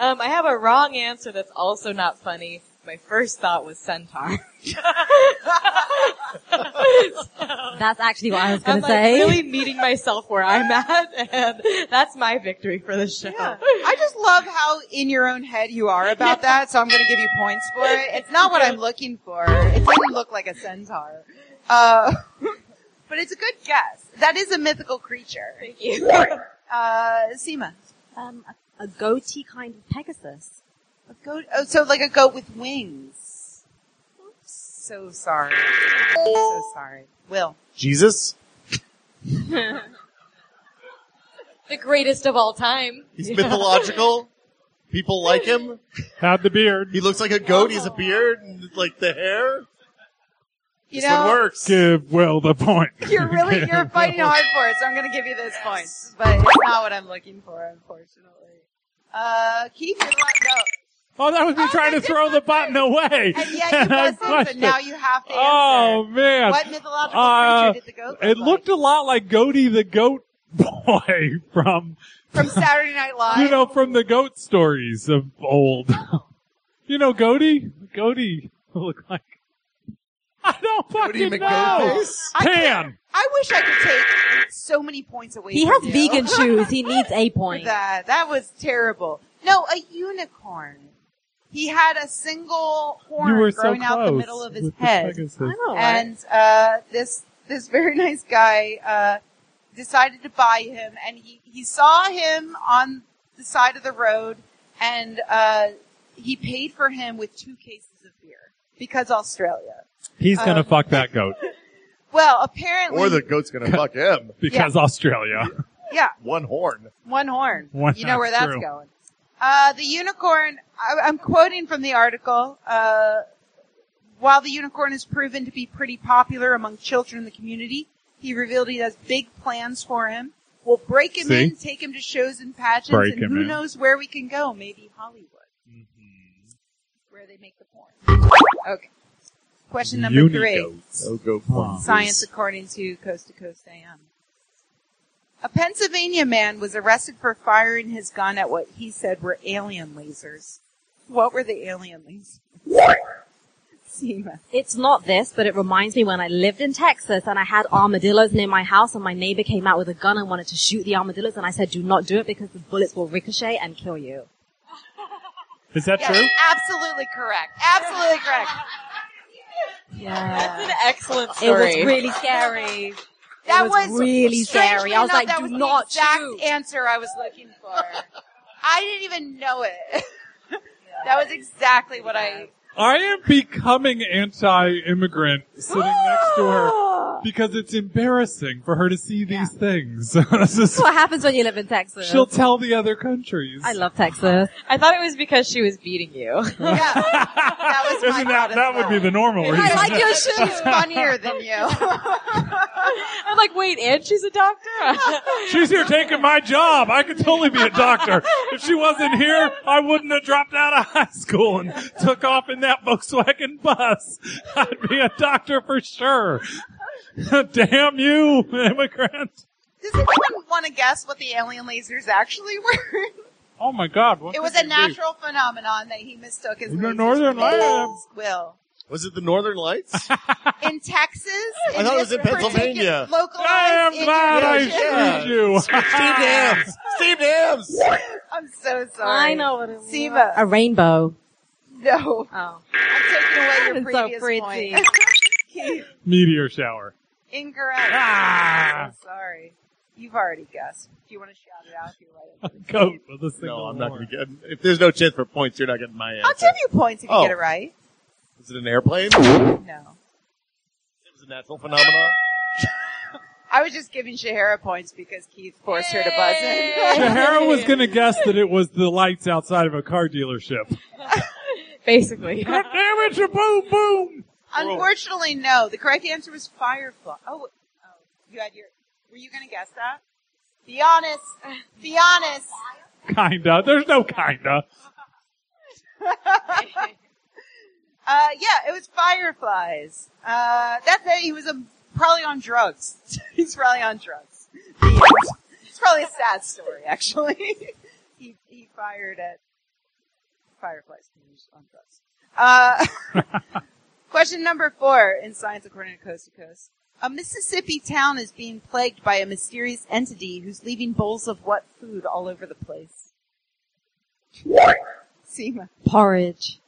Speaker 3: um, I have a wrong answer that's also not funny. My first thought was centaur.
Speaker 5: That's actually what I was
Speaker 3: I'm
Speaker 5: going
Speaker 3: like
Speaker 5: to say.
Speaker 3: really meeting myself where I'm at, and that's my victory for the show.
Speaker 6: Yeah. I just love how in your own head you are about that, so I'm going to give you points for it. It's not what I'm looking for. It doesn't look like a centaur. Uh, but it's a good guess. That is a mythical creature.
Speaker 3: Thank you.
Speaker 6: Uh, Seema.
Speaker 5: Um, a, a goatee kind of Pegasus.
Speaker 6: A goat, oh, so like a goat with wings. Oops, so sorry. So sorry. Will.
Speaker 2: Jesus,
Speaker 3: The greatest of all time.
Speaker 2: he's mythological. People like him.
Speaker 4: Had the beard.
Speaker 2: He looks like a goat. He has a
Speaker 6: Oh.
Speaker 2: beard, and like the hair.
Speaker 6: You
Speaker 2: this one
Speaker 6: know,
Speaker 2: works.
Speaker 4: Give Will the point.
Speaker 6: you're really, you're fighting hard for it, so I'm going to give you those points. But it's not what I'm looking for, unfortunately.
Speaker 1: Uh, Keith, you're right. No.
Speaker 4: Oh, that was me
Speaker 1: Oh,
Speaker 4: trying
Speaker 1: my
Speaker 4: to throw the
Speaker 1: goodness.
Speaker 4: button away.
Speaker 1: And yeah, you
Speaker 4: I
Speaker 1: pressed it,
Speaker 4: crushed
Speaker 1: but
Speaker 4: it.
Speaker 1: now you have to answer.
Speaker 4: Oh man!
Speaker 1: What mythological
Speaker 4: Uh,
Speaker 1: creature did the goat look
Speaker 4: it
Speaker 1: like?
Speaker 4: looked a lot like Goaty the Goat Boy from
Speaker 1: from Saturday Night Live.
Speaker 4: you know from the goat stories of old. you know Goaty? Goaty looked like I don't fucking know.
Speaker 2: McGoatface?
Speaker 1: I can't-
Speaker 4: Pan.
Speaker 1: I wish I could take so many points away.
Speaker 5: He
Speaker 1: from
Speaker 5: has
Speaker 1: you.
Speaker 5: vegan shoes. He needs a
Speaker 1: For
Speaker 5: point.
Speaker 1: that. That was terrible. No, a unicorn. He had a single horn
Speaker 4: You were so
Speaker 1: growing
Speaker 4: close.
Speaker 1: out the middle of his
Speaker 4: with the
Speaker 1: head.
Speaker 4: Pegasus.
Speaker 5: I know. Oh, right?
Speaker 1: and uh, this this very nice guy uh, decided to buy him, and he he saw him on the side of the road, and uh, he paid for him with two cases of beer because Australia.
Speaker 4: He's gonna
Speaker 1: Um,
Speaker 4: fuck that goat
Speaker 1: Well, apparently,
Speaker 8: Or the goat's gonna fuck him.
Speaker 4: because Australia.
Speaker 1: yeah,
Speaker 8: One horn.
Speaker 1: one horn.
Speaker 4: One-
Speaker 1: you know where
Speaker 4: that's
Speaker 1: that's
Speaker 4: true.
Speaker 1: going. Uh, the unicorn. I, I'm quoting from the article. Uh, while the unicorn is proven to be pretty popular among children in the community, he revealed he has big plans for him. We'll break him
Speaker 4: See?
Speaker 1: in, take him to shows and pageants,
Speaker 4: Break
Speaker 1: and
Speaker 4: him
Speaker 1: who
Speaker 4: in.
Speaker 1: knows where we can go? Maybe Hollywood, where they make the porn. Okay. Question number three.
Speaker 8: No goat
Speaker 4: Huh.
Speaker 1: Science according to Coast to Coast AM. A Pennsylvania man was arrested for firing his gun at what he said were alien lasers. What were the alien lasers? Seema.
Speaker 5: It's not this, but it reminds me when I lived in Texas and I had armadillos near my house and my neighbor came out with a gun and wanted to shoot the armadillos and I said, do not do it because the bullets will ricochet and kill you.
Speaker 4: Is that
Speaker 1: Yes,
Speaker 4: true?
Speaker 1: absolutely correct. Absolutely correct.
Speaker 5: Yeah.
Speaker 3: That's an excellent
Speaker 5: It was
Speaker 3: story.
Speaker 5: really scary.
Speaker 1: That
Speaker 5: It was really
Speaker 1: strangely
Speaker 5: scary. I was
Speaker 1: enough,
Speaker 5: like,
Speaker 1: that
Speaker 5: do
Speaker 1: was
Speaker 5: not
Speaker 1: the exact
Speaker 5: shoot.
Speaker 1: answer I was looking for. I didn't even know it. that was exactly what I.
Speaker 4: I am becoming anti-immigrant sitting next to
Speaker 1: Ah!
Speaker 4: her because it's embarrassing for her to see these things. This is-
Speaker 5: That's what happens when you live in Texas.
Speaker 4: She'll tell the other countries.
Speaker 5: I love Texas.
Speaker 3: I thought it was because she was beating you.
Speaker 1: Yeah, that was my
Speaker 4: Isn't
Speaker 1: thought
Speaker 4: that
Speaker 1: as
Speaker 4: that would be
Speaker 1: well.
Speaker 4: the normal reason?
Speaker 1: I like your shoes. She's funnier than you.
Speaker 3: I'm like, wait, and she's a doctor?
Speaker 4: She's here taking my job. I could totally be a doctor. If she wasn't here, I wouldn't have dropped out of high school and took off in that Volkswagen bus. I'd be a doctor for sure. Damn you, immigrant.
Speaker 1: Does anyone want to guess what the alien lasers actually were?
Speaker 4: Oh my god. What
Speaker 1: it
Speaker 4: could
Speaker 1: was
Speaker 4: they
Speaker 1: a
Speaker 4: be?
Speaker 1: natural phenomenon that he mistook as
Speaker 4: In the
Speaker 1: lasers
Speaker 4: Northern
Speaker 1: for lasers.
Speaker 4: Lights.
Speaker 1: Will
Speaker 2: Was it the Northern Lights?
Speaker 1: in Texas?
Speaker 2: I thought it was in Pennsylvania.
Speaker 1: Localized
Speaker 4: I am glad I
Speaker 1: Indian-
Speaker 2: Yeah.
Speaker 4: screwed you.
Speaker 2: Steve Dams. Steve Dams.
Speaker 1: I'm so sorry.
Speaker 5: I know what it was.
Speaker 1: Siva.
Speaker 5: A rainbow.
Speaker 1: No,
Speaker 5: Oh.
Speaker 1: I'm taking away your
Speaker 5: It's so
Speaker 1: previous
Speaker 5: pretty.
Speaker 1: point.
Speaker 4: Meteor shower.
Speaker 1: Incorrect.
Speaker 4: Ah.
Speaker 1: I'm so sorry. You've already guessed. Do you want to shout it out? If you're right.
Speaker 4: Goat with a single
Speaker 2: No, I'm not
Speaker 4: horn.
Speaker 2: going to get. If there's no chance for points, you're not getting my
Speaker 1: I'll
Speaker 2: answer.
Speaker 1: give you points if you
Speaker 2: Oh.
Speaker 1: get it right.
Speaker 2: Is it an airplane? It
Speaker 1: No.
Speaker 2: was a natural phenomenon.
Speaker 1: I was just giving Shahara points because Keith forced her to buzz in.
Speaker 4: Shahara was going to guess that it was the lights outside of a car dealership.
Speaker 3: Basically.
Speaker 4: God damn it, you boom boom.
Speaker 1: Unfortunately, no. The correct answer was Firefly. Oh, oh, you had your. Were you going to guess that? Be honest. Be honest.
Speaker 4: Kinda. There's no kinda.
Speaker 1: Uh, yeah, it was fireflies. Uh, that's it. He was um probably on drugs. He's probably on drugs. The end. It's probably a sad story, actually. he he fired at fireflies. He was on drugs. Uh, question number four in Science According to Coast to Coast. A Mississippi town is being plagued by a mysterious entity who's leaving bowls of what food all over the place? Seema.
Speaker 5: Porridge.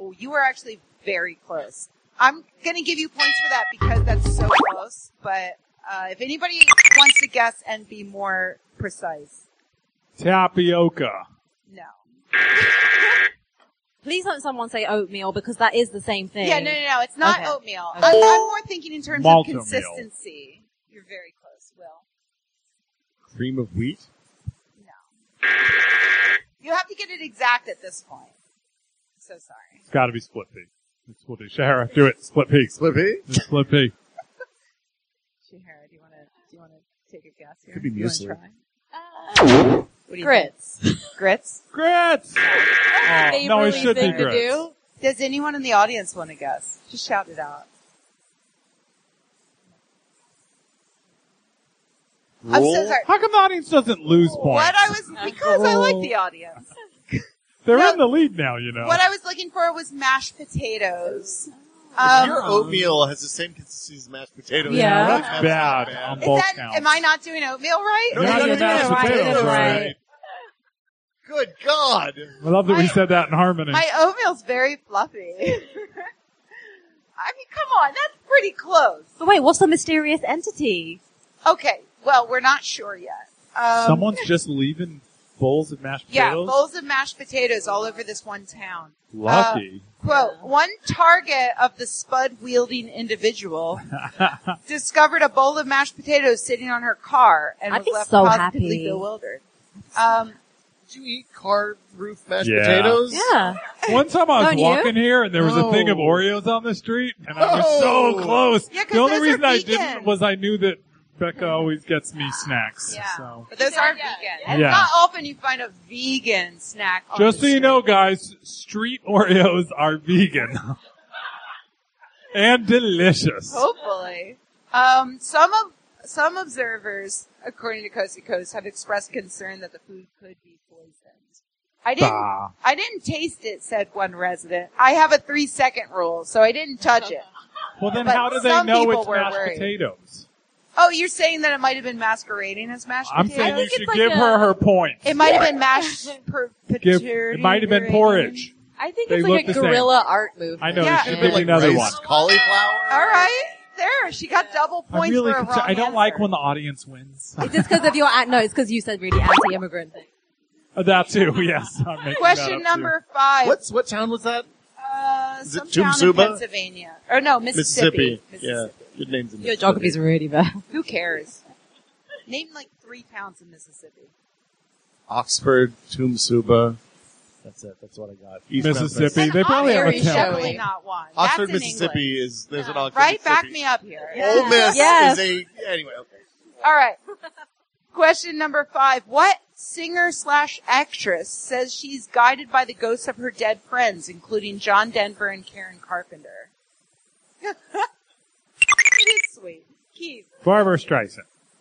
Speaker 1: Oh, you were actually very close. I'm gonna give you points for that because that's so close. But uh, if anybody wants to guess and be more precise,
Speaker 4: Tapioca.
Speaker 1: no.
Speaker 5: Please don't someone say oatmeal because that is the same thing.
Speaker 1: Yeah, no, no, no. It's not
Speaker 5: Okay.
Speaker 1: oatmeal.
Speaker 5: Okay.
Speaker 1: I'm, I'm more thinking in terms
Speaker 4: Malt
Speaker 1: of
Speaker 4: oatmeal.
Speaker 1: consistency. You're very close, Will.
Speaker 2: Cream of wheat.
Speaker 1: You have to get it exact at this point. So sorry.
Speaker 4: It's got to be split pea. That's what we'll do. Shahara, do it. Split pea. Split,
Speaker 8: Slippy?
Speaker 4: split pea.
Speaker 1: Shahara, do you want to do you want to take a guess here?
Speaker 2: Could be
Speaker 1: You wanna
Speaker 2: muesli.
Speaker 1: try? What do you
Speaker 3: Grits.
Speaker 1: think? Grits.
Speaker 4: Grits! Oh, no, it
Speaker 3: Favorite
Speaker 4: should be
Speaker 3: thing to
Speaker 4: grits.
Speaker 3: do.
Speaker 1: Does anyone in the audience want to guess? Just shout it out. I'm so sorry.
Speaker 4: How come the audience doesn't lose points?
Speaker 1: What I was because I like the audience.
Speaker 4: They're
Speaker 1: No.
Speaker 4: in the lead now, you know.
Speaker 1: What I was looking for was mashed potatoes.
Speaker 2: If
Speaker 1: Um,
Speaker 2: your oatmeal has the same consistency as mashed potatoes.
Speaker 5: Yeah.
Speaker 2: really
Speaker 4: That's
Speaker 2: not
Speaker 4: bad.
Speaker 1: is
Speaker 4: Both
Speaker 1: that?
Speaker 4: counts.
Speaker 1: Am I not doing oatmeal right?
Speaker 2: No, you're
Speaker 4: Not
Speaker 2: doing
Speaker 4: your mashed
Speaker 2: it right,
Speaker 4: potatoes,
Speaker 2: you're doing it
Speaker 4: right?
Speaker 2: right. Good God.
Speaker 4: I love that
Speaker 1: I-
Speaker 4: we said that in harmony.
Speaker 1: My oatmeal's very fluffy. I mean, come on, that's pretty close.
Speaker 5: But wait, what's the mysterious entity?
Speaker 1: Okay, well, we're not sure yet. Um,
Speaker 4: Someone's just leaving bowls of mashed
Speaker 1: yeah,
Speaker 4: potatoes.
Speaker 1: bowls uh, of mashed potatoes all over this one town.
Speaker 4: Lucky.
Speaker 1: Quote, one target of the spud wielding individual discovered a bowl of mashed potatoes sitting on her car and
Speaker 5: I'd
Speaker 1: was
Speaker 5: be
Speaker 1: left
Speaker 5: so
Speaker 1: positively
Speaker 5: happy.
Speaker 1: bewildered. Um,
Speaker 2: Did you eat carved roof mashed
Speaker 4: Yeah.
Speaker 2: potatoes?
Speaker 5: Yeah.
Speaker 4: One time I was
Speaker 5: Don't you?
Speaker 4: walking here and there was a thing of
Speaker 2: No.
Speaker 4: Oreos on the street and I was so
Speaker 2: No.
Speaker 4: close.
Speaker 1: Oh. Yeah, 'cause
Speaker 4: the only
Speaker 1: those are
Speaker 4: reason I
Speaker 1: vegan.
Speaker 4: didn't was I knew that Becca always gets me snacks.
Speaker 1: Yeah. Oh,
Speaker 4: So.
Speaker 1: but those are
Speaker 6: Yeah.
Speaker 1: vegan.
Speaker 4: Yeah.
Speaker 1: And Not often you find a vegan snack. On
Speaker 4: Just
Speaker 1: the
Speaker 4: so you
Speaker 1: street.
Speaker 4: know, guys, street Oreos are vegan. and delicious.
Speaker 1: Oh, Hopefully. Um, some of, some observers, according to Coast to Coast, have expressed concern that the food could be poisoned. I didn't,
Speaker 4: Bah.
Speaker 1: I didn't taste it, said one resident. I have a three second rule, so I didn't touch it.
Speaker 4: Well, then
Speaker 1: But
Speaker 4: how do they
Speaker 1: some
Speaker 4: know
Speaker 1: people
Speaker 4: it's
Speaker 1: were
Speaker 4: mashed
Speaker 1: worried.
Speaker 4: potatoes?
Speaker 1: Oh, you're saying that it might have been masquerading as mashed
Speaker 4: I'm
Speaker 1: potatoes?
Speaker 4: saying you
Speaker 5: think
Speaker 4: should
Speaker 5: it's like
Speaker 4: give
Speaker 5: a-
Speaker 4: her her points.
Speaker 1: it might have been mashed per-
Speaker 4: Give- it might have been porridge.
Speaker 3: I think
Speaker 4: They
Speaker 3: it's
Speaker 4: look
Speaker 3: like
Speaker 4: the
Speaker 3: a
Speaker 4: same.
Speaker 3: guerrilla art movement.
Speaker 4: I know.
Speaker 1: Yeah.
Speaker 4: You should
Speaker 1: Should've
Speaker 4: make
Speaker 1: been like
Speaker 4: another one.
Speaker 2: cauliflower.
Speaker 1: All right. There, she got double points
Speaker 4: I really,
Speaker 1: for a
Speaker 4: could
Speaker 1: wrong
Speaker 4: tell- I don't like
Speaker 1: answer.
Speaker 4: when the audience wins.
Speaker 5: Is this because of your, an- no, it's because you said really anti-immigrant thing.
Speaker 4: Uh, that too. Yes. I'm making that up
Speaker 1: Question
Speaker 4: too.
Speaker 1: number five.
Speaker 2: What's, what town was that?
Speaker 1: Uh,
Speaker 2: it
Speaker 1: some town in
Speaker 2: Tumsuba?
Speaker 1: Pennsylvania. Or no, Mississippi.
Speaker 2: Yeah. Good names in
Speaker 5: Your geography's really bad.
Speaker 1: Who cares? Name like three towns in Mississippi.
Speaker 2: Oxford, Tumsuba. That's it. That's what I got. East Memphis.
Speaker 4: Mississippi. They probably have a
Speaker 3: Very
Speaker 4: town.
Speaker 1: Definitely
Speaker 3: Joey.
Speaker 1: not one.
Speaker 2: Oxford,
Speaker 1: That's in England.
Speaker 2: Mississippi is there's an Oxford.
Speaker 1: Right? Back
Speaker 2: Mississippi. Oh,
Speaker 1: me up here.
Speaker 2: Ole Miss
Speaker 5: Yes.
Speaker 2: is a anyway. Okay.
Speaker 1: All right. Question number five. What singer slash actress says she's guided by the ghosts of her dead friends, including John Denver and Karen Carpenter? it is sweet. Keith.
Speaker 4: Barbara Streisand.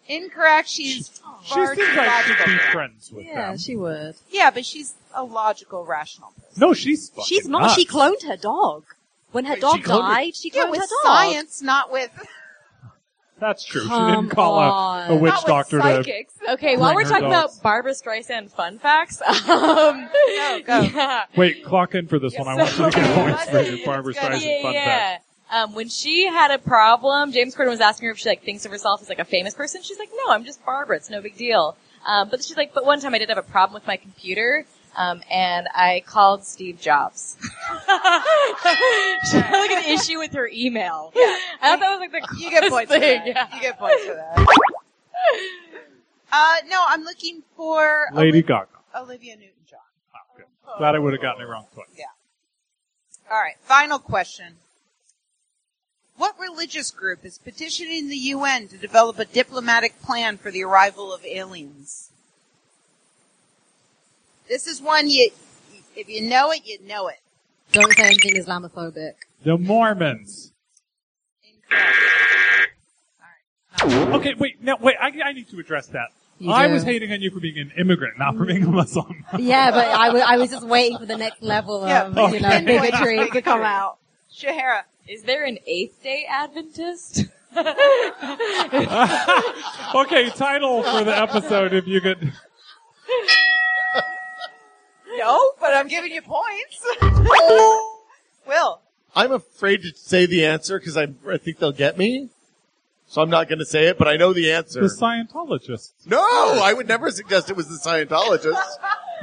Speaker 1: Incorrect. She's
Speaker 4: She
Speaker 1: far
Speaker 4: seems
Speaker 1: too
Speaker 4: like she'd
Speaker 1: logical.
Speaker 4: be friends with
Speaker 5: Yeah,
Speaker 4: them.
Speaker 5: she would.
Speaker 1: Yeah, but she's a logical, rational person.
Speaker 4: No, she's fucking
Speaker 5: She's not. She
Speaker 4: nuts.
Speaker 5: cloned her dog. When her dog
Speaker 2: cloned her-
Speaker 5: died, she cloned
Speaker 1: Yeah,
Speaker 5: her
Speaker 1: with
Speaker 5: dog.
Speaker 1: science, not with
Speaker 4: That's true. She
Speaker 5: Come
Speaker 4: didn't call a, a
Speaker 5: on.
Speaker 4: witch
Speaker 1: not
Speaker 4: doctor
Speaker 1: with
Speaker 4: to.
Speaker 1: psychics.
Speaker 3: Okay, while
Speaker 4: Bring
Speaker 3: we're
Speaker 4: her
Speaker 3: talking
Speaker 4: dogs.
Speaker 3: about Barbara Streisand fun facts, um,
Speaker 1: Go, go.
Speaker 3: yeah.
Speaker 4: Wait, clock in for this one. I want you to get
Speaker 1: Okay.
Speaker 4: points for your
Speaker 1: That's
Speaker 4: Barbara
Speaker 1: good.
Speaker 4: Streisand
Speaker 3: yeah,
Speaker 4: fun
Speaker 3: yeah.
Speaker 4: fact.
Speaker 3: Um, when she had a problem, James Corden was asking her if she like thinks of herself as like a famous person. She's like, no, I'm just Barbara. It's no big deal. Um, but she's like, but one time I did have a problem with my computer, um, and I called Steve Jobs. she had like an issue with her email. I thought that was like the
Speaker 1: You get points for
Speaker 3: thing,
Speaker 1: that.
Speaker 3: yeah.
Speaker 1: You get points for that. Uh, no, I'm looking for
Speaker 4: Lady
Speaker 1: Oli-
Speaker 4: Gaga.
Speaker 1: Olivia Newton-John.
Speaker 4: Glad I would have gotten it wrong twice.
Speaker 1: All right, final question. What religious group is petitioning the UN to develop a diplomatic plan for the arrival of aliens? This is one you, if you know it, you know it.
Speaker 5: Don't say anything Islamophobic.
Speaker 4: The Mormons. Okay, wait, no, wait, I, I need to address that.
Speaker 5: You
Speaker 4: I
Speaker 5: do.
Speaker 4: was hating on you for being an immigrant, not for being a Muslim.
Speaker 5: Yeah, but I wa- I was just waiting for the next level of
Speaker 1: Yeah,
Speaker 5: you know,
Speaker 1: pinpoint
Speaker 5: bigotry to
Speaker 1: bigotry.
Speaker 5: come out.
Speaker 1: Shahara.
Speaker 3: Is there an eighth day Adventist?
Speaker 4: okay, title for the episode if you could.
Speaker 1: No, but I'm giving you points. Will.
Speaker 2: I'm afraid to say the answer because I, I think they'll get me. So I'm not going to say it, but I know the answer.
Speaker 4: The Scientologists.
Speaker 2: no, I would never suggest it was the Scientologists.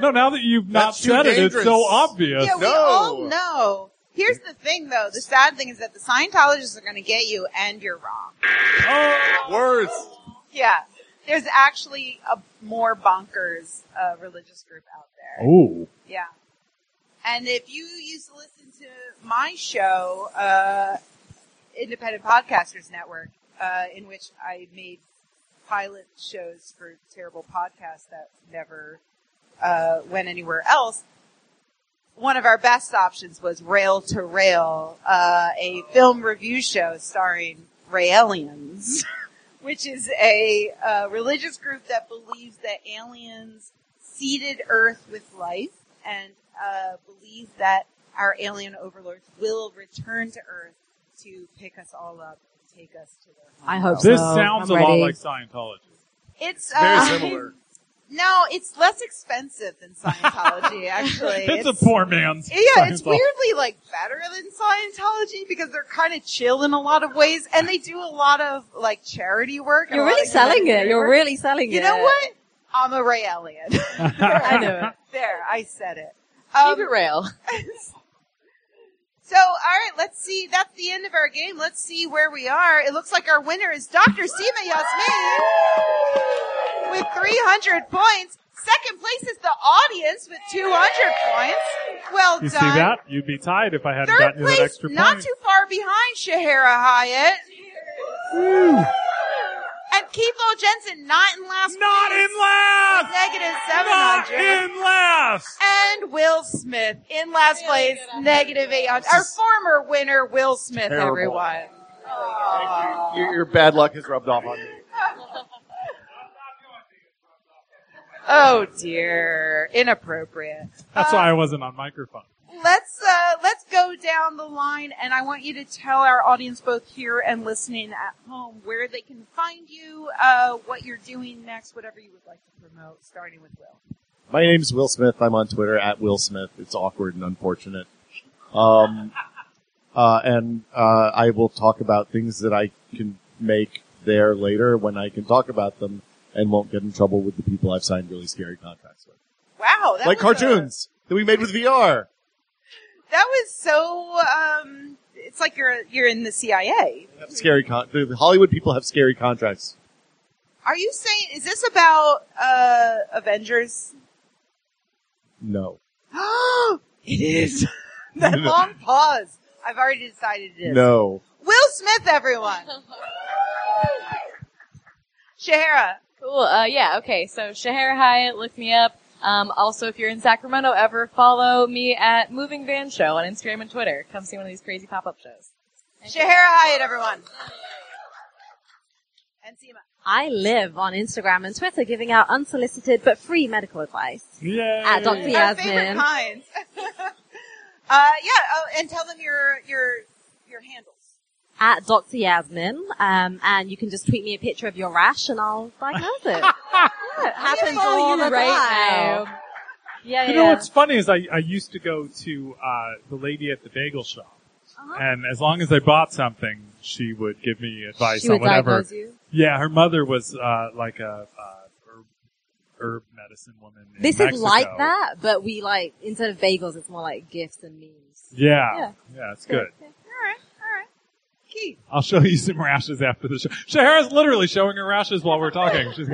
Speaker 4: No, now that you've not
Speaker 2: That's too
Speaker 4: said it, it's so
Speaker 2: dangerous.
Speaker 4: obvious.
Speaker 1: Yeah, we
Speaker 2: No.
Speaker 1: all know. Here's the thing though, the sad thing is that the Scientologists are gonna get you and you're wrong.
Speaker 2: Worse.
Speaker 1: Yeah. There's actually a more bonkers uh, religious group out there.
Speaker 4: Oh.
Speaker 1: Yeah. And if you used to listen to my show, uh, Independent Podcasters Network, uh, in which I made pilot shows for terrible podcasts that never
Speaker 6: uh, went anywhere else, one of our best options was Rail to Rail, uh, a film review show starring Raelians, which is a uh, religious group that believes that aliens seeded Earth with life and uh, believe that our alien overlords will return to Earth to pick us all up and take us to their home.
Speaker 5: I hope
Speaker 4: This
Speaker 5: so.
Speaker 4: sounds
Speaker 5: I'm
Speaker 4: a lot
Speaker 5: ready.
Speaker 4: like Scientology.
Speaker 6: It's
Speaker 1: Very
Speaker 6: uh,
Speaker 1: similar.
Speaker 6: No, it's less expensive than Scientology. Actually,
Speaker 4: It's, a poor man's.
Speaker 6: yeah, it's
Speaker 4: Scientology.
Speaker 6: weirdly like better than Scientology because they're kind of chill in a lot of ways, and they do a lot of like charity work. and
Speaker 5: You're
Speaker 6: a lot
Speaker 5: really
Speaker 6: of
Speaker 5: selling it.
Speaker 6: humanitarian
Speaker 5: You're
Speaker 6: work.
Speaker 5: really selling it.
Speaker 6: You know what? I'm a Ray Elliott.
Speaker 5: I know it.
Speaker 6: there, I said it.
Speaker 3: Keep
Speaker 6: Um,
Speaker 3: it real.
Speaker 6: so, all right, let's see. That's the end of our game. Let's see where we are. It looks like our winner is Dr. Sima Yasmin with 300 points. Second place is the audience with 200 points. Well
Speaker 4: You
Speaker 6: done.
Speaker 4: see that? You'd be tied if I hadn't
Speaker 6: Third
Speaker 4: gotten you that
Speaker 6: place,
Speaker 4: extra
Speaker 6: not
Speaker 4: point.
Speaker 6: too far behind Shahara Hyatt. And Kevo Jensen, not in last
Speaker 4: Not
Speaker 6: place.
Speaker 4: in last.
Speaker 6: Negative
Speaker 4: Not
Speaker 6: 700.
Speaker 4: in last.
Speaker 6: and Will Smith in last place, negative 800. Our former winner, Will Smith,
Speaker 1: Terrible.
Speaker 6: everyone.
Speaker 1: Your, your bad luck has rubbed off on you.
Speaker 6: Oh dear. Inappropriate.
Speaker 4: That's why I wasn't on microphone.
Speaker 6: Let's, uh, let's go down the line and I want you to tell our audience both here and listening at home where they can find you, uh, what you're doing next, whatever you would like to promote, starting with Will.
Speaker 2: My name's Will Smith. I'm on Twitter at Will Smith. It's awkward and unfortunate. Um, uh, and uh, I will talk about things that I can make there later when I can talk about them and won't get in trouble with the people I've signed really scary contracts with,
Speaker 6: Wow. Oh, That
Speaker 2: like
Speaker 6: was a-
Speaker 2: cartoons that we made with VR.
Speaker 6: that was so, um, it's like you're, you're in the CIA.
Speaker 2: Have Scary con- the Hollywood people have scary contracts.
Speaker 6: Are you saying is this about uh Avengers?
Speaker 2: No,
Speaker 6: it is. that
Speaker 2: No.
Speaker 6: long pause. I've already decided it is.
Speaker 2: no.
Speaker 6: Will Smith, everyone. Shahara.
Speaker 3: Cool. Uh, yeah. Okay. So Shahar Hyatt, look me up. Um, also, if you're in Sacramento, ever follow me at Moving Van Show on Instagram and Twitter. Come see one of these crazy pop-up shows.
Speaker 6: Shahara Hyatt, everyone. And Seema.
Speaker 5: I live on Instagram and Twitter giving out unsolicited but free medical advice.
Speaker 4: Yay.
Speaker 5: At Dr.
Speaker 6: Our favorite
Speaker 5: Yasmin.
Speaker 6: kinds. uh, yeah, oh, and tell them your your your handles.
Speaker 5: At Dr. Yasmin. Um, and you can just tweet me a picture of your rash and I'll diagnose it. yeah, it happens
Speaker 3: follow
Speaker 5: all
Speaker 3: you
Speaker 5: the
Speaker 3: right now.
Speaker 5: time. Yeah, yeah.
Speaker 4: You know
Speaker 5: yeah.
Speaker 4: what's funny is I, I used to go to uh, the lady at the bagel shop,
Speaker 5: Uh-huh.
Speaker 4: and as long as I bought something, she would give me advice
Speaker 5: she
Speaker 4: on
Speaker 5: would
Speaker 4: whatever.
Speaker 5: diagnose you.
Speaker 4: Yeah, her mother was uh, like a uh, herb, herb medicine woman. in
Speaker 5: This is
Speaker 4: Mexico.
Speaker 5: like that, but we like, instead of bagels, it's more like gifts and memes.
Speaker 4: Yeah, yeah,
Speaker 5: Yeah.
Speaker 4: it's good.
Speaker 6: All right, all right. Keith.
Speaker 4: I'll show you some rashes after the show. Shahara's literally showing her rashes while we're talking. She's,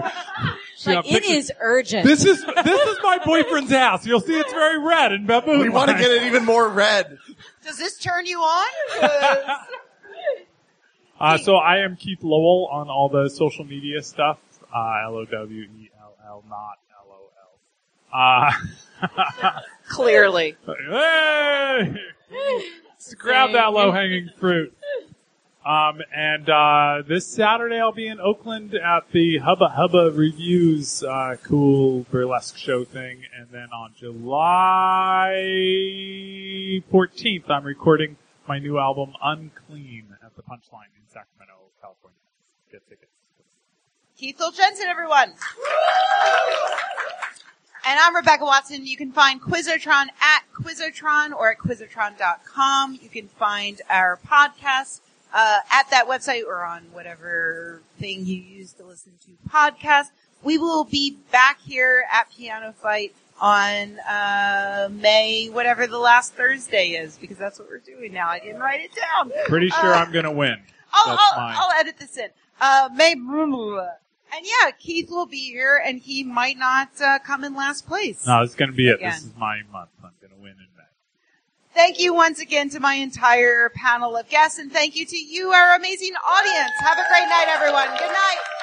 Speaker 4: she got
Speaker 5: Like, it
Speaker 4: pictures.
Speaker 5: is urgent.
Speaker 4: This is this is my boyfriend's house. You'll see it's very red and baboon.
Speaker 1: We want to get it even more red.
Speaker 6: Does this turn you on? 'Cause-
Speaker 4: Uh, so I am Keith Lowell on all the social media stuff. Uh, L O W E L L, not L O L.
Speaker 6: Clearly.
Speaker 4: Uh, hey! Just grab that low hanging fruit. Um, and uh, this Saturday I'll be in Oakland at the Hubba Hubba Reviews uh, cool burlesque show thing, and then on July 14th I'm recording my new album Unclean at the Punchline in Sacramento, California. Get tickets.
Speaker 6: Keith L. Jensen, everyone. And I'm Rebecca Watson. You can find Quizotron at Quizotron or at Quizotron.com. You can find our podcast uh, at that website or on whatever thing you use to listen to podcasts. We will be back here at Piano Fight on uh, May, whatever the last Thursday is, because that's what we're doing now. I didn't write it down.
Speaker 4: Pretty sure
Speaker 6: Uh,
Speaker 4: I'm gonna win.
Speaker 6: I'll,
Speaker 4: That's mine.
Speaker 6: I'll, I'll edit this in. Uh, May. And yeah, Keith will be here and he might not uh, come in last place.
Speaker 4: No, this is gonna be it. This
Speaker 6: Again.
Speaker 4: is my month. I'm gonna win in May.
Speaker 6: Thank you once again to my entire panel of guests and thank you to you, our amazing audience. Have a great night, everyone. Good night.